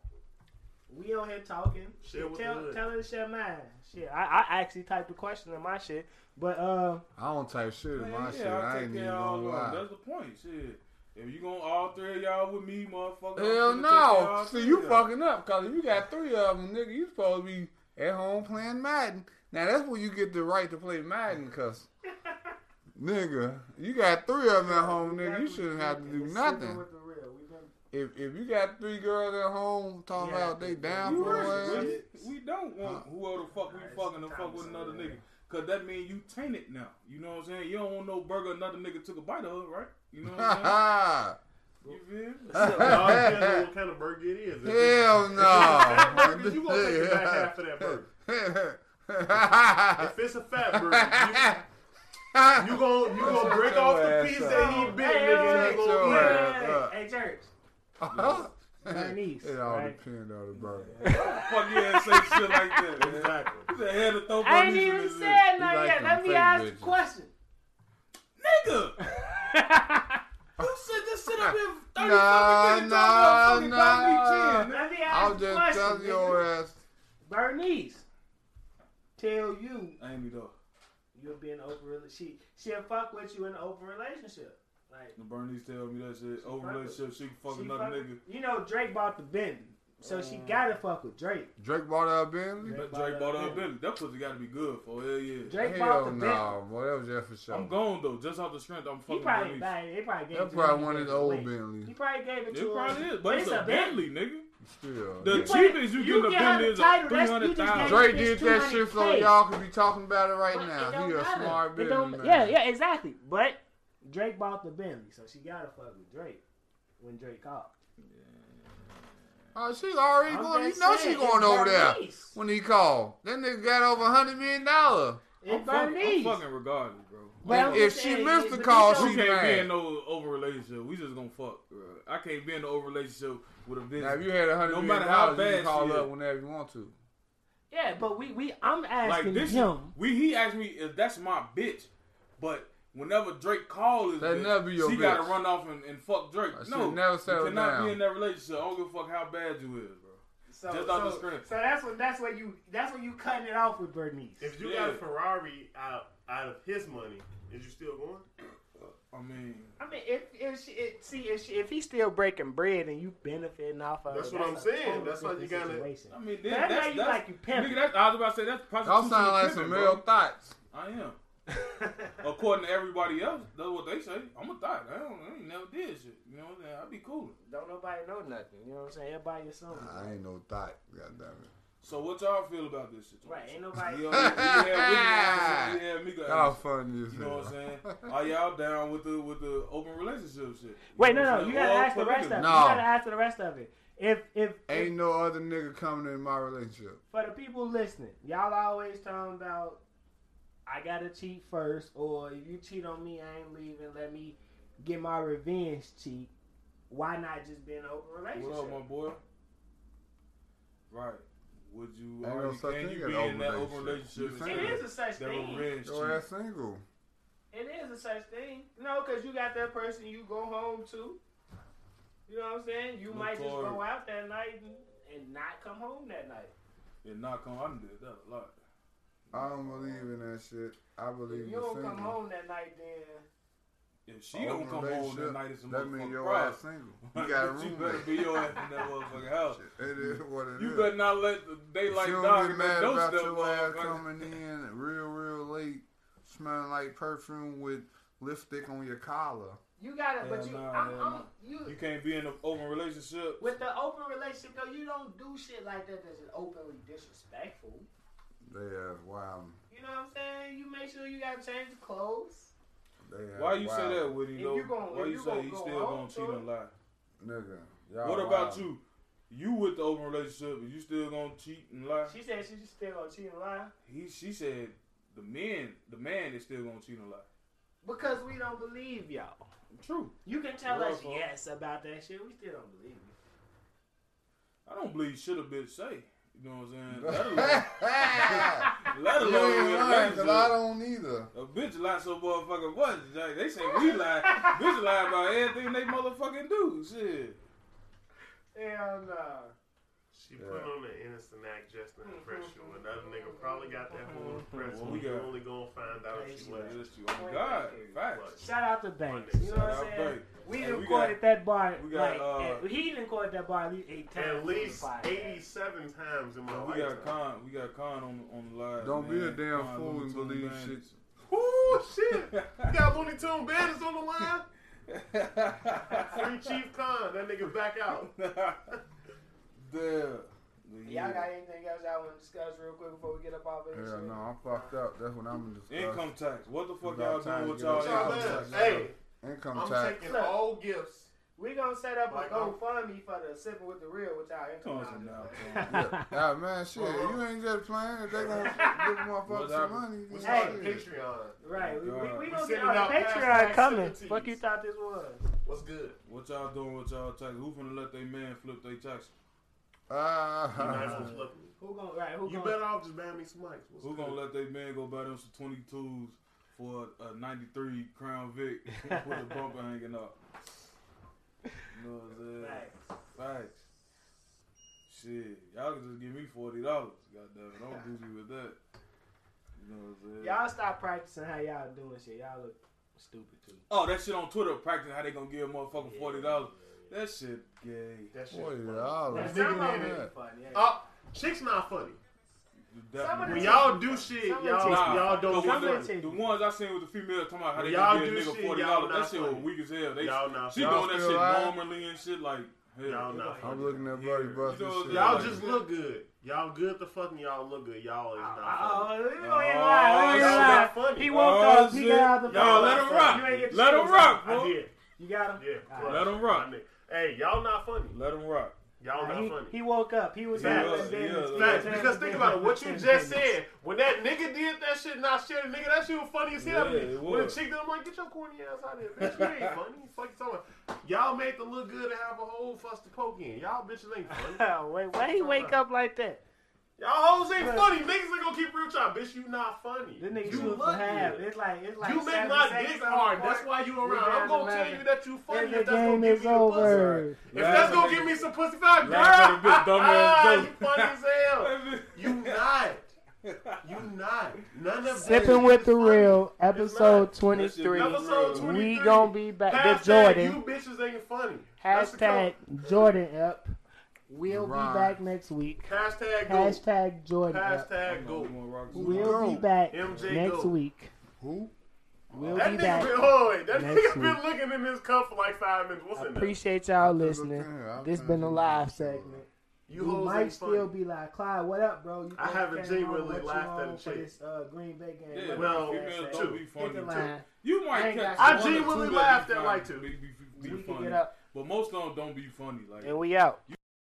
We on here talking. Share Shit, with tell, the hood. tell us your mind. Shit, I, I actually typed the question in my shit, but uh, I don't type shit in Man, my yeah, shit. I'll I take ain't care even of all gonna of them. lie. That's the point, shit. If you gonna all three of y'all with me, motherfucker. I'm Hell finna take no. y'all See, three you of y'all. fucking up because if you got three of them, nigga, you supposed to be at home playing Madden. Now that's where you get the right to play Madden, cause nigga, you got three of them at home, nigga. You shouldn't have to do It's nothing. simple with the real. We been- If if you got three girls at home talking Yeah. about they down You for right. a We, we don't want whoever the fuck we Nah, it's fucking to fuck Thomas with another over nigga. there. Cause that mean you tainted now. You know what I'm saying? You don't want no burger another nigga took a bite of, right? You know what I'm while. saying? You feel? It all depends on what kind of burger it is. If it's Hell a fat no. burger, you gonna take the back half of that burger. If it's a fat burger, you, you gonna you gonna break off Your the ass piece up. that he bit, Hey, nigga. and yo, You gonna eat yo. it. Right, hey, right. hey, church. Chinese, It all right? depends on the burger. Fuck yeah, say shit like that. Man. Exactly. You said had to I throw ain't bunnies in even this said You nothing like yet. them Let me fake ask the bitches. question. bitch. Nigga, you said just sit up here 30 Nah, fucking minutes nah, talking about fucking nah. Dominique Chin. Let me I'll ask the just tell question. your nigga. ass. Bernice, tell you Amy though, you'll be in an open relationship. She she'll fuck with you in an open relationship. Like the Bernice tell me that shit. Over fuck relationship, she can fuck she another fuck- nigga. You know Drake bought the Bentley, so she Mm. gotta fuck with Drake. Drake bought out Bentley? Drake That bought Drake her bought a her a Bentley. Bentley. That pussy got to be good for hell yeah. Drake bought Hell the no, Bentley. boy, that was just for sure. I'm gone though, just off the strength. I'm He fucking probably, Bernice. buy, he probably gave it That's to probably him one of the away. old He Bentleys. probably gave it to It him. probably is, but it's, a, Bentley, nigga. Still. The You- put it- cheapest you, you get get a her Bentley is title, like that's- you just three hundred thousand. gave- Drake did that shit so 200K. y'all could be talking about it right But it now. don't He a matter. smart It don't- businessman. Yeah, yeah, exactly. But Drake bought the Bentley, so she gotta fuck with Drake when Drake called. Oh, she's already I'm going. You just know saying, she going it's over there Bernice. when he called. That nigga got over a hundred million dollar. I'm, It's fuck, I'm Bernice. fucking regardless, bro. But I'm If just she saying, missed but the these call, are- she We can't be mad. in no over relationship. We just gonna fuck. Bro. I can't be in no over relationship with a bitch. Now, if you had a hundred No million matter how dollars, you bad can she call is. up whenever you want to. Yeah, but we we I'm like asking this, him. we he asked me if that's my bitch, but whenever Drake calls, his That'd bitch, never be your she gotta bitch. run off and, and fuck Drake. I should no, never you settle cannot down. be in that relationship. I don't give a fuck how bad you is, bro. So, Just off the so, script. so that's when that's when you that's when you cutting it off with Bernice. If you Yeah. got a Ferrari out out of his money, is you still going? I mean, I mean, if if she it, see if she, if he's still breaking bread and you benefiting off of That's it, what I'm a saying. total That's why you different gotta- situation. I mean, then, That that's, how you that's, like you pimping. Nigga, that's, I was about to say that's Y'all prostitution. sound like and some pimping, real bro. thoughts. I am. According to everybody else, that's what they say. I'm a thought. I don't. I ain't never did shit. You know what I'm saying? I'd be cool. Don't nobody know nothing. You know what I'm saying? Everybody is something. I ain't no thought. God damn it. So what y'all feel about this situation? Right, ain't nobody- We had, we had, we had Mika. Y'all funny as You know what I'm hell. saying? Are y'all down with the with the open relationship shit? You Wait, know no, what no. You I'm saying? gotta Or ask the rest of it. polygamy. No. You gotta ask the rest of it. If if, if Ain't no other nigga coming in my relationship. for the people listening, y'all always talking about I gotta cheat first, or if you cheat on me, I ain't leaving. Let me get my revenge cheat. Why not just be in an open What up, relationship? my boy? Right. Would you? Ain't no already- such can thing you as be open in that open relationship. relationship? You and it saying say is a such that thing. revenge Your cheat? ass single. It is a such thing. No, because you got that person you go home to. You know what I'm saying? You Look might just forward. go out that night and, and not come home that night. And knock on. I done did that a lot. I don't believe in that shit. I believe If in you don't come single. home that night, then If she don't Open come home relationship, that night, it's a That means motherfucking your ass problem. single. You got a You better roommate. be your ass in that motherfucking house. It is what it is. You better not let the She daylight don't die. get mad Don't about step your ass motherfucker. coming in real, real late, smelling like perfume with lipstick on your collar. you gotta. but Hell you, nah, I'm, hell I'm, nah. you, You can't be in an open relationship. with the open relationship though, you don't do shit like that that's openly disrespectful. They ass wild. You know what I'm saying? You make sure you gotta change the clothes. They ass Why you say wild. that, Woody? If Though? you gonna- Why if you you say gonna he go still home gonna cheat to and lie? Nigga. Y'all What about wild. you? You with the open relationship, you still gonna cheat and lie? She said she's still gonna cheat and lie He, she said, the men, the man is still gonna cheat and lie. because we don't believe y'all. True. You can tell Real us talk. yes about that shit. We still don't believe you. I don't believe shit a bitch say. You know what I'm saying? Let alone, you let ain't lying, alone what a bitch 'cause I do. don't either. A bitch lie so motherfucking much. Like, they say we lie. bitch lie about everything they motherfucking do. Shit. Hell no. She put on an innocent act just to impress you. Mm-hmm. Another nigga probably got that whole impression. Well, we we you got- only gonna find out if she Like, was. just you. Oh, God. Facts. Shout out to Banks. You know what I'm Shout out saying? Banks. We Hey, done we caught got- at that bar. we got, like, uh, at- he done caught that bar at least eight times. At least on the podcast. 87 times in my We life. got Khan. We got Khan on on the live. Don't be man. a damn Khan fool Looney and Tunes believe man. shit. Oh shit! You got Looney Tune Bandits on the line. Free Chief Khan. That nigga back out. Damn. Y'all got anything else y'all want to discuss real quick before we get up off of this? Hell shit? no, I'm fucked up. That's what I'm Income discussing. tax. What the fuck About y'all time doing with to get up. y'all Y'all income live. tax? Hey, Income I'm tax. taking all gifts. We gonna set up Like, a I'm- GoFundMe for the sipping with the real with y'all Come income. on, out. now, Khan. Yeah. Ah, man, shit. You ain't just playing. If they gonna give motherfuckers What's some happening? money, We then started shit. Patreon. Right, we, we, God. we We gonna get sending on out the past Patreon tax coming. activities. Fuck you thought this was? What's good? What y'all doing with y'all tax? Who finna let they man flip their tax? You might as Ah, well flip me. Who gonna right? Who You gonna? better off just buying me some mics. What's Who good? gonna let they man go buy them some twenty twos for a ninety three Crown Vic with a bumper hanging up? You know what I'm saying? Right. Facts. Shit, y'all can just give me forty dollars. Goddamn it, I'm bougie with that. You know what I'm saying? Y'all stop practicing how y'all doing shit. Y'all look stupid too. oh, that shit on Twitter practicing how they gonna give a motherfucker forty dollars. That shit gay. That shit. forty funny. Like, dollars. some of in it that. is funny. yeah. Oh, chicks not funny. Definitely. When y'all do shit, Some of y'all the chicks- Nah, y'all the don't some ones of do the that- chicks- the ones I seen with the female talking about how they Y'all do gonna give a nigga shit, forty y'all dollars. not That shit was funny. weak as hell. They Y'all not she funny. doing that Y'all shit still warmerly and shit like hell. Y'all not funny. I'm looking at Buddy Buster. You know, shit. Y'all Like- just look good. Y'all good the fucking y'all look good. Y'all is Oh, not oh, we gonna get live. We Oh, gonna y'all get not live. funny. He woke up. He got out the Oh, bed. Y'all let him rock. You ain't get to Let see him him. rock, funny. I bro. did. You got him. Yeah. All Let right. him rock. My nigga. Hey, y'all not funny. Let him rock. Y'all Nah, not he, funny. he woke up. He was Yeah, out. yeah, and then- yeah. then- Facts, then- because think about it. What you then- just said, when that nigga did that shit, not sharing, nigga, that shit was funny as hell. to Yeah, me. it when the was. chick did, I'm like, get your corny ass out of here, bitch. You ain't funny. Fuck you talking about. Y'all made the look good to have a whole fuss to poke in. Y'all bitches ain't funny. Oh, wait, why he wake up like that? Y'all hoes ain't funny. Niggas ain't gonna keep real try. Bitch, you not funny. This nigga you shoot for look half. good. It's like it's like you make seven my seconds dick on hard. the court. That's why you around. down I'm gonna to tell eleven. you that you funny. And the If that's gonna game give is me the pussy. over. If that's gonna give me some pussy, fuck, girl. Laugh at the bitch, dumb ass Ah, joke. You funny as hell. You not. You not. None of Sipping with the real, episode twenty three. Episode 23. We gonna be back. Hashtag, The Jordan You bitches ain't funny. That's the hashtag Jordan up. We'll be Right. back next week. code. Hashtag go. Hashtag, Hashtag Jordan up. You go. wanna rock some- We'll be Go. back MJ next go. week. Who? We'll That be nigga back. been, oh, that next nigga been week. looking in his cup for like five minutes. What's in there? Appreciate y'all That's listening. okay. I'm This trying been to a do live this. segment. You we hoes might ain't funny. still be like, Clyde, what up, bro? You I think haven't came genuinely home, what you laughed at on a for chick. this, uh, Green Bay game. Yeah, Well, females that's don't it. be Hit the funny too. line. You I might ain't catch got- I one or two genuinely that be laughed at funny, like two. Be, be, be We can funny. get up But most of them don't be funny. Like and we out.